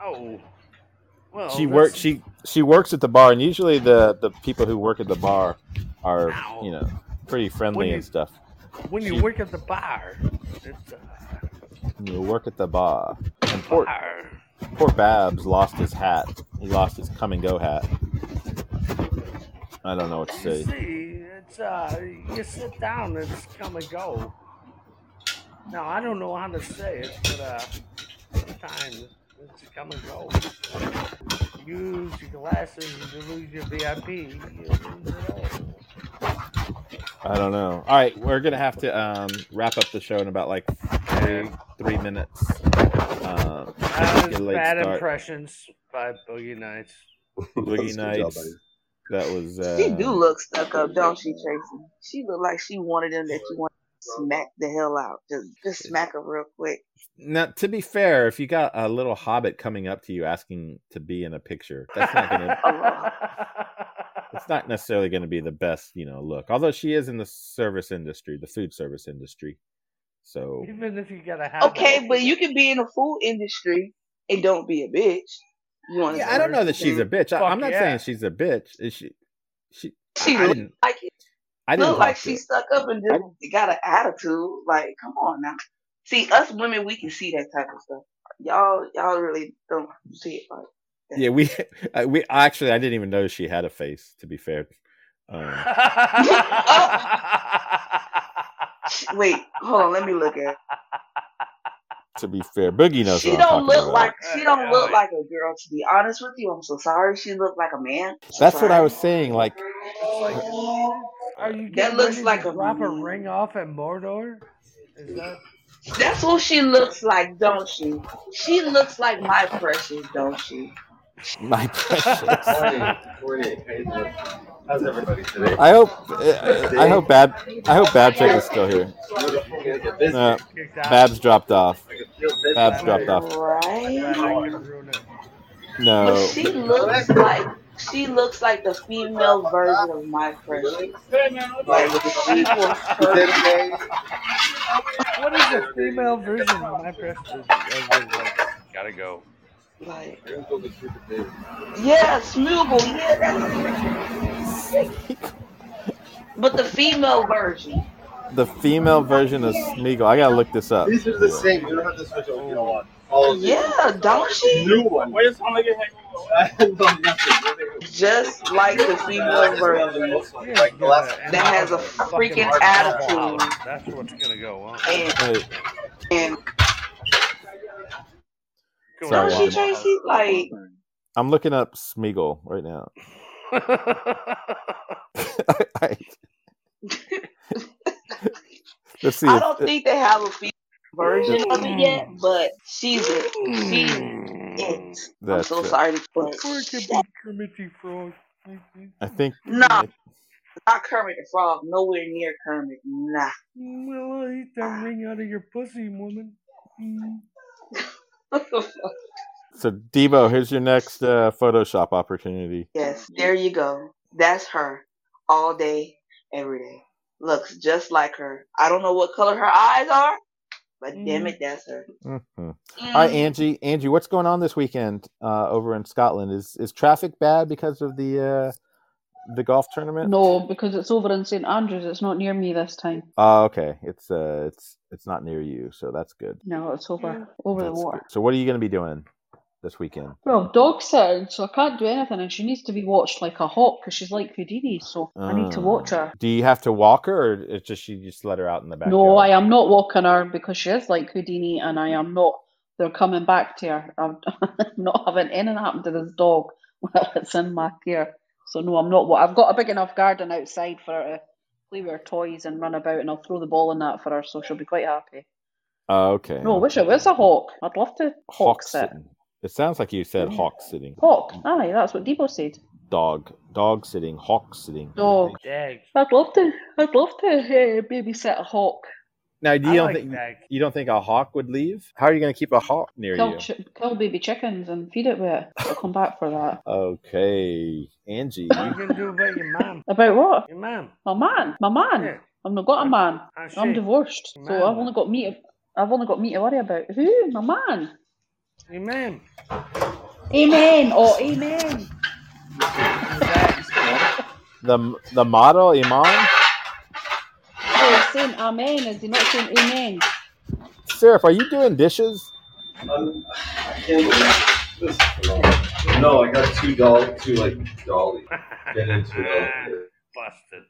Speaker 5: Oh. Well,
Speaker 1: she
Speaker 5: Oh, that's-
Speaker 1: works she she works at the bar and usually the the people who work at the bar are
Speaker 5: Ow.
Speaker 1: you know pretty
Speaker 5: When
Speaker 1: friendly
Speaker 5: you-
Speaker 1: and stuff
Speaker 5: when you
Speaker 1: she-
Speaker 5: work at the bar. It's uh, a
Speaker 1: you work at the bar and poor,
Speaker 5: bar.
Speaker 1: Poor Babs lost his hat. He lost his come and go hat. I don't know what to say.
Speaker 5: You see, it's uh, you sit down and it's come and go. Now I don't know how to say it, but uh, sometimes it's come and go. Use your glasses to lose your VIP. You lose it all.
Speaker 1: I don't know. All right, we're gonna have to um, wrap up the show in about like three three minutes. Um,
Speaker 5: That was
Speaker 1: Get a late
Speaker 5: bad
Speaker 1: start.
Speaker 5: impressions by Boogie Nights.
Speaker 1: Boogie Nights. That was. Uh,
Speaker 4: She do look stuck up, don't she, Tracy? She look like she wanted them that you want to smack the hell out. Just, just smack her real quick.
Speaker 1: Now, to be fair, if you got a little hobbit coming up to you asking to be in a picture, that's not gonna. it's not necessarily going to be the best, you know, look. Although she is in the service industry, the food service industry. So
Speaker 5: Even if you got a habit.
Speaker 4: Okay, but you can be in the food industry and don't be a bitch. You want
Speaker 1: Yeah, I don't know that she's a bitch. I,
Speaker 5: Fuck
Speaker 1: I'm not
Speaker 5: yeah.
Speaker 1: saying she's a bitch. Is she? She.
Speaker 4: She
Speaker 1: I, I
Speaker 4: look
Speaker 1: didn't.
Speaker 4: like it.
Speaker 1: I didn't
Speaker 4: look like
Speaker 1: talk to
Speaker 4: she
Speaker 1: her.
Speaker 4: stuck up and just got an attitude. Like, come on now. See, us women, we can see that type of stuff. Y'all, y'all really don't see it. Like, that.
Speaker 1: Yeah, we I- we actually I didn't even know she had a face. To be fair, um,
Speaker 4: oh. wait, hold on. Let me look at.
Speaker 1: to be fair, Boogie knows.
Speaker 4: she
Speaker 1: what I'm
Speaker 4: don't
Speaker 1: talking
Speaker 4: look
Speaker 1: about.
Speaker 4: like she don't
Speaker 5: Yeah,
Speaker 4: look
Speaker 5: yeah.
Speaker 4: like a girl. To be honest with you, I'm so sorry. She looked like a man.
Speaker 1: That's what I was saying. Like,
Speaker 5: Are you
Speaker 4: That
Speaker 5: getting
Speaker 4: looks
Speaker 5: ready
Speaker 4: like
Speaker 5: to
Speaker 4: a-
Speaker 5: drop a ring off at Mordor? Is that
Speaker 4: That's what she looks like, don't she? She looks like my precious, don't she?
Speaker 1: my precious.
Speaker 6: How's everybody today?
Speaker 1: I hope. Uh, I hope Bab. I hope Babchick is still here. No,
Speaker 5: kicked out?
Speaker 1: Babs dropped off. Babs
Speaker 5: Bad
Speaker 1: dropped off.
Speaker 5: Glad
Speaker 4: Right.
Speaker 5: I could ruin it.
Speaker 1: No.
Speaker 4: But she looks like she looks like the female version of my precious. Like she will hurt.
Speaker 5: What is the female version of my press? Everybody's like, gotta go.
Speaker 4: Like yeah, Smoogle, yeah. that's- But the female version.
Speaker 1: The female version of Smeagol. I gotta look this up.
Speaker 6: These are the same. You don't have to switch over. You don't want all of these.
Speaker 4: Yeah, don't she?
Speaker 6: New one. Wait, it's only getting
Speaker 4: Just like the female version.
Speaker 6: Like the last.
Speaker 4: that has a
Speaker 5: Fucking
Speaker 4: freaking
Speaker 5: alcoholic.
Speaker 4: attitude.
Speaker 5: That's what's gonna go on.
Speaker 4: And,
Speaker 1: Hey,
Speaker 4: and
Speaker 5: Go
Speaker 1: Sorry,
Speaker 4: don't
Speaker 5: on.
Speaker 4: she, Tracy? Like,
Speaker 1: I'm looking up Smeagol right now. Let's see.
Speaker 4: I
Speaker 1: if-
Speaker 4: don't think they have a female version of it yet, but she's it.
Speaker 5: Mm.
Speaker 4: She's it. I'm
Speaker 1: that's
Speaker 4: so
Speaker 1: it.
Speaker 4: sorry, but
Speaker 5: Where can
Speaker 4: shit,
Speaker 5: be Kermit Frog?
Speaker 1: I think.
Speaker 4: No.
Speaker 1: I-
Speaker 4: not Kermit the Frog. Nowhere near Kermit. Nah.
Speaker 5: Well, I'll eat that ring out of your pussy, woman. Mm.
Speaker 1: So Debo, here's your next uh, Photoshop opportunity.
Speaker 4: yes, there you go. That's her. All day, every day. Looks just like her. I don't know what color her eyes are. But damn it, that's her.
Speaker 1: Mm-hmm.
Speaker 4: Mm.
Speaker 1: Hi, Angie. Angie, what's going on this weekend uh, over in Scotland? Is is traffic bad because of the uh, the golf tournament?
Speaker 2: No, because it's over in St Andrews. It's not near me this time.
Speaker 1: Oh, okay. It's uh, it's it's not near you, so that's good.
Speaker 2: No, it's over over
Speaker 1: That's
Speaker 2: the water.
Speaker 1: good. So, what are you going to be doing this weekend?
Speaker 2: Well, dog's out, so I can't do anything, and she needs to be watched like a hawk because she's like Houdini. So I need to
Speaker 1: Ah.
Speaker 2: watch her.
Speaker 1: Do you have to walk her, or it's just you just let her out in the back?
Speaker 2: No, I uh, am not walking her because she is like Houdini, and I am not. They're coming back to her. I'm not having anything happen to this dog while it's in my care. So no, I'm not. wa- I've got a big enough garden outside for her to play with her toys and run about, and I'll throw the ball in that for her, so she'll be quite happy.
Speaker 1: Oh, okay.
Speaker 2: No, I wish I was a hawk. I'd love to hawk,
Speaker 1: hawk
Speaker 2: sit.
Speaker 1: sitting. It sounds like you said
Speaker 2: Yeah.
Speaker 1: hawk sitting,
Speaker 2: Hawk. Aye, that's what Debo said.
Speaker 1: dog, dog sitting, hawk sitting.
Speaker 2: Dog.
Speaker 5: Dag.
Speaker 2: I'd love to. I'd love to uh, babysit a hawk.
Speaker 1: Now, do you
Speaker 5: I
Speaker 1: don't
Speaker 5: like
Speaker 1: think
Speaker 5: dag.
Speaker 1: you don't think a hawk would leave? How are you going to keep a hawk near
Speaker 2: Kill,
Speaker 1: you?
Speaker 2: chi- kill baby chickens and feed it with it. I'll come back for that.
Speaker 1: Okay, Angie.
Speaker 5: What you gonna do about your mom?
Speaker 2: About what?
Speaker 5: Your mom.
Speaker 2: My man. My man.
Speaker 5: Yeah.
Speaker 2: I've not got a man.
Speaker 5: I see.
Speaker 2: I'm divorced, so
Speaker 5: Man.
Speaker 2: I've only got me. to- I've only got me to worry about. Who? My man.
Speaker 5: Your mom.
Speaker 2: Amen. Oh, amen.
Speaker 1: the the model Iman
Speaker 2: Oh, he's saying amen. Is he not saying amen?
Speaker 1: Seraph, are you doing dishes?
Speaker 6: Um, I can't do this. No, I got two doll, two like dolly. Get into it.
Speaker 5: Busted.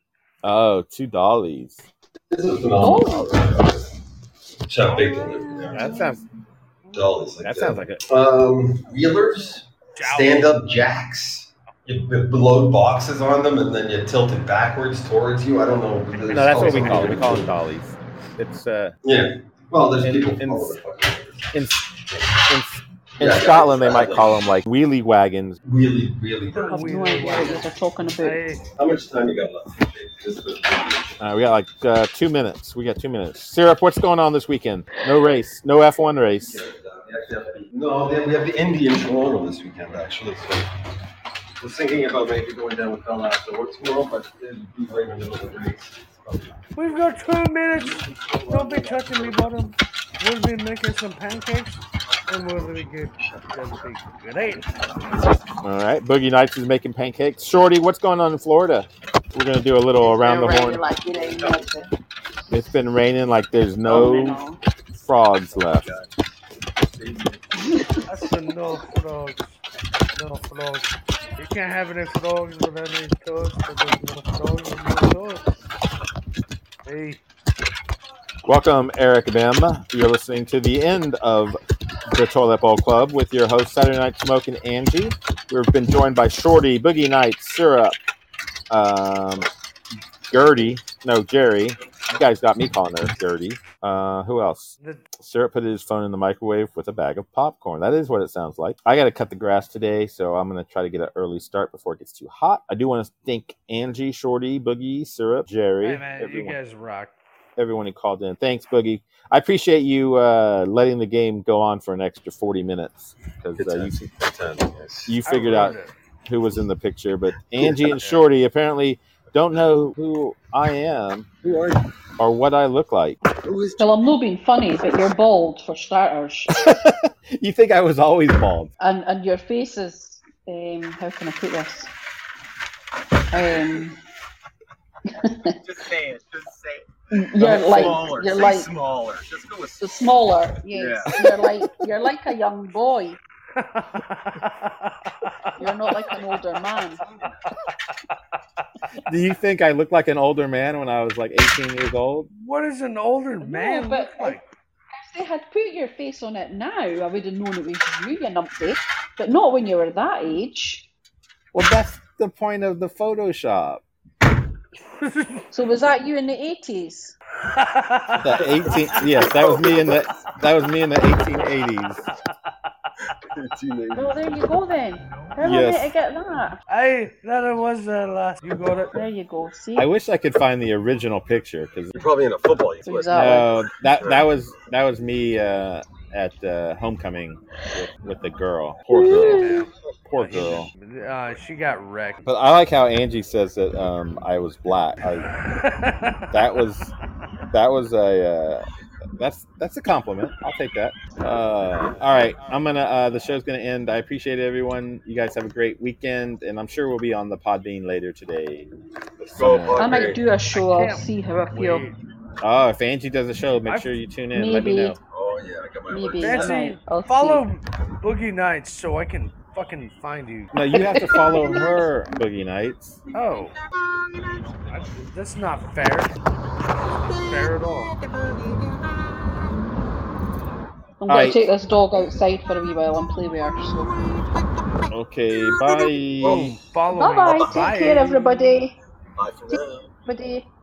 Speaker 1: Oh, two dollies.
Speaker 6: This is phenomenal.
Speaker 2: Oh,
Speaker 6: Chef Bacon over there.
Speaker 1: That sounds
Speaker 6: Dollies. Like
Speaker 1: that sounds like it.
Speaker 6: Um, wheelers, stand up jacks. You b- load boxes on them and then you tilt it backwards towards you. I don't know.
Speaker 1: No, that's what we call it. We call them dollies. It's uh
Speaker 6: Yeah. Well, there's
Speaker 1: In-
Speaker 6: people.
Speaker 1: in-
Speaker 6: call it fucking
Speaker 1: in in, in
Speaker 6: Yeah,
Speaker 1: Scotland they
Speaker 6: yeah,
Speaker 1: might call them like wheelie wagons.
Speaker 6: Really, really.
Speaker 2: I have no idea what they're talking about.
Speaker 5: Hey,
Speaker 6: How much time you got left? Just the-
Speaker 1: Uh, we got like uh, two minutes. We got two minutes. Syrup, what's going on this weekend? No race. No F one race.
Speaker 6: uh, No, then we have the Indian Toronto this weekend, actually. So was thinking about maybe going down with Bella afterwards tomorrow, but it'd be right in the middle of the race.
Speaker 5: we've got two minutes. Don't be touching me, bottom. We'll be making some pancakes and we'll be good. That'll be great.
Speaker 1: All right. Boogie Nights is making pancakes. Shorty, what's going on in Florida? We're gonna do a little around the horn.
Speaker 4: Like it ain't nothing.
Speaker 1: It's been raining like there's
Speaker 4: Oh,
Speaker 1: no frogs left.
Speaker 5: That's the no frogs. No frogs. You can't have any frogs without any toads, but there's no frogs and no toads. Hey,
Speaker 1: Welcome, Eric Bim. You're listening to the end of the Toilet Bowl Club with your host, Saturday Night Smoke and Angie. We've been joined by Shorty, Boogie Nights, Syrup, um, Gertie. No, Jerry. You guys got me calling her Gertie. Uh, who else?
Speaker 5: the
Speaker 1: Syrup put his phone in the microwave with a bag of popcorn. That is what it sounds like. I got to cut the grass today, so I'm going to try to get an early start before it gets too hot. I do want to thank Angie, Shorty, Boogie, Syrup, Jerry,
Speaker 5: hey man, you guys rock.
Speaker 1: everyone who called in. Thanks, Boogie. I appreciate you uh, letting the game go on for an extra 40 minutes because
Speaker 6: Good
Speaker 1: uh, you,
Speaker 6: times. Good times, guys.
Speaker 1: you
Speaker 5: I
Speaker 1: figured out
Speaker 5: ruined it.
Speaker 1: who was in the picture. But Angie and Shorty apparently don't know who I am
Speaker 6: Who are you?
Speaker 1: or what I look like.
Speaker 6: Who is
Speaker 2: Well, I'm not being funny, but you're bald for starters,
Speaker 1: you think I was always bald?
Speaker 2: and and your face is um, how can I put this? Um,
Speaker 9: Just say it. Just say it.
Speaker 2: you're like
Speaker 9: smaller.
Speaker 2: you're
Speaker 9: say
Speaker 2: like
Speaker 9: smaller. Just go with
Speaker 2: the smaller. Yes, you're like you're like a young boy. You're not like an older man.
Speaker 1: Do you think I looked like an older man when I was like 18 years old?
Speaker 5: what is an older man
Speaker 2: but-
Speaker 5: look like?
Speaker 2: If they had put your face on it now, I would have known it was you, you numpty. But not when you were that age.
Speaker 1: Well, that's the point of the Photoshop.
Speaker 2: So was that you in the eighties?
Speaker 1: The 18 yes, that was me in the that was me in the 1880s.
Speaker 2: Well, there you go then. How am I
Speaker 1: Yes.
Speaker 2: to get that?
Speaker 5: Hey, that was the last. You got it.
Speaker 2: There you go. See.
Speaker 1: I wish I could find the original picture because
Speaker 6: You're probably in a football. You
Speaker 2: Who's
Speaker 6: look.
Speaker 2: that?
Speaker 1: No, that that was that was me uh, at uh, homecoming with, with the girl. Poor girl. Poor girl.
Speaker 5: Uh, she got wrecked.
Speaker 1: But I like how Angie says that um, I was black. I, that was that was a uh, That's that's a compliment. I'll take that. Uh, all right, I'm gonna. Uh, the show's gonna end. I appreciate it, everyone. You guys have a great weekend, and I'm sure we'll be on the Podbean later today.
Speaker 6: Let's go,
Speaker 1: Someone-
Speaker 2: I might
Speaker 6: Padres.
Speaker 2: do a show.
Speaker 5: I
Speaker 2: I'll
Speaker 5: can't
Speaker 2: see how I feel.
Speaker 5: Wait,
Speaker 1: Oh, if Angie does a show, make
Speaker 5: I've-
Speaker 1: sure you tune in. Let me
Speaker 2: Maybe,
Speaker 1: know.
Speaker 6: Oh yeah, I got my
Speaker 2: maybe.
Speaker 6: alert.
Speaker 2: I
Speaker 5: Fancy,
Speaker 2: might. I'll see.
Speaker 5: Follow Boogie Nights so I can fucking find you.
Speaker 1: No, you have to follow her, Boogie Nights.
Speaker 5: Oh. I- That's not fair. Fair at all.
Speaker 2: I'm
Speaker 1: All
Speaker 2: going
Speaker 1: right.
Speaker 2: to take this dog outside for a wee while and play with her. So.
Speaker 1: Okay, bye.
Speaker 5: Boom. Oh, Follow
Speaker 2: Bye
Speaker 5: me.
Speaker 2: bye. Take care, everybody.
Speaker 7: Bye for now.
Speaker 2: Everybody.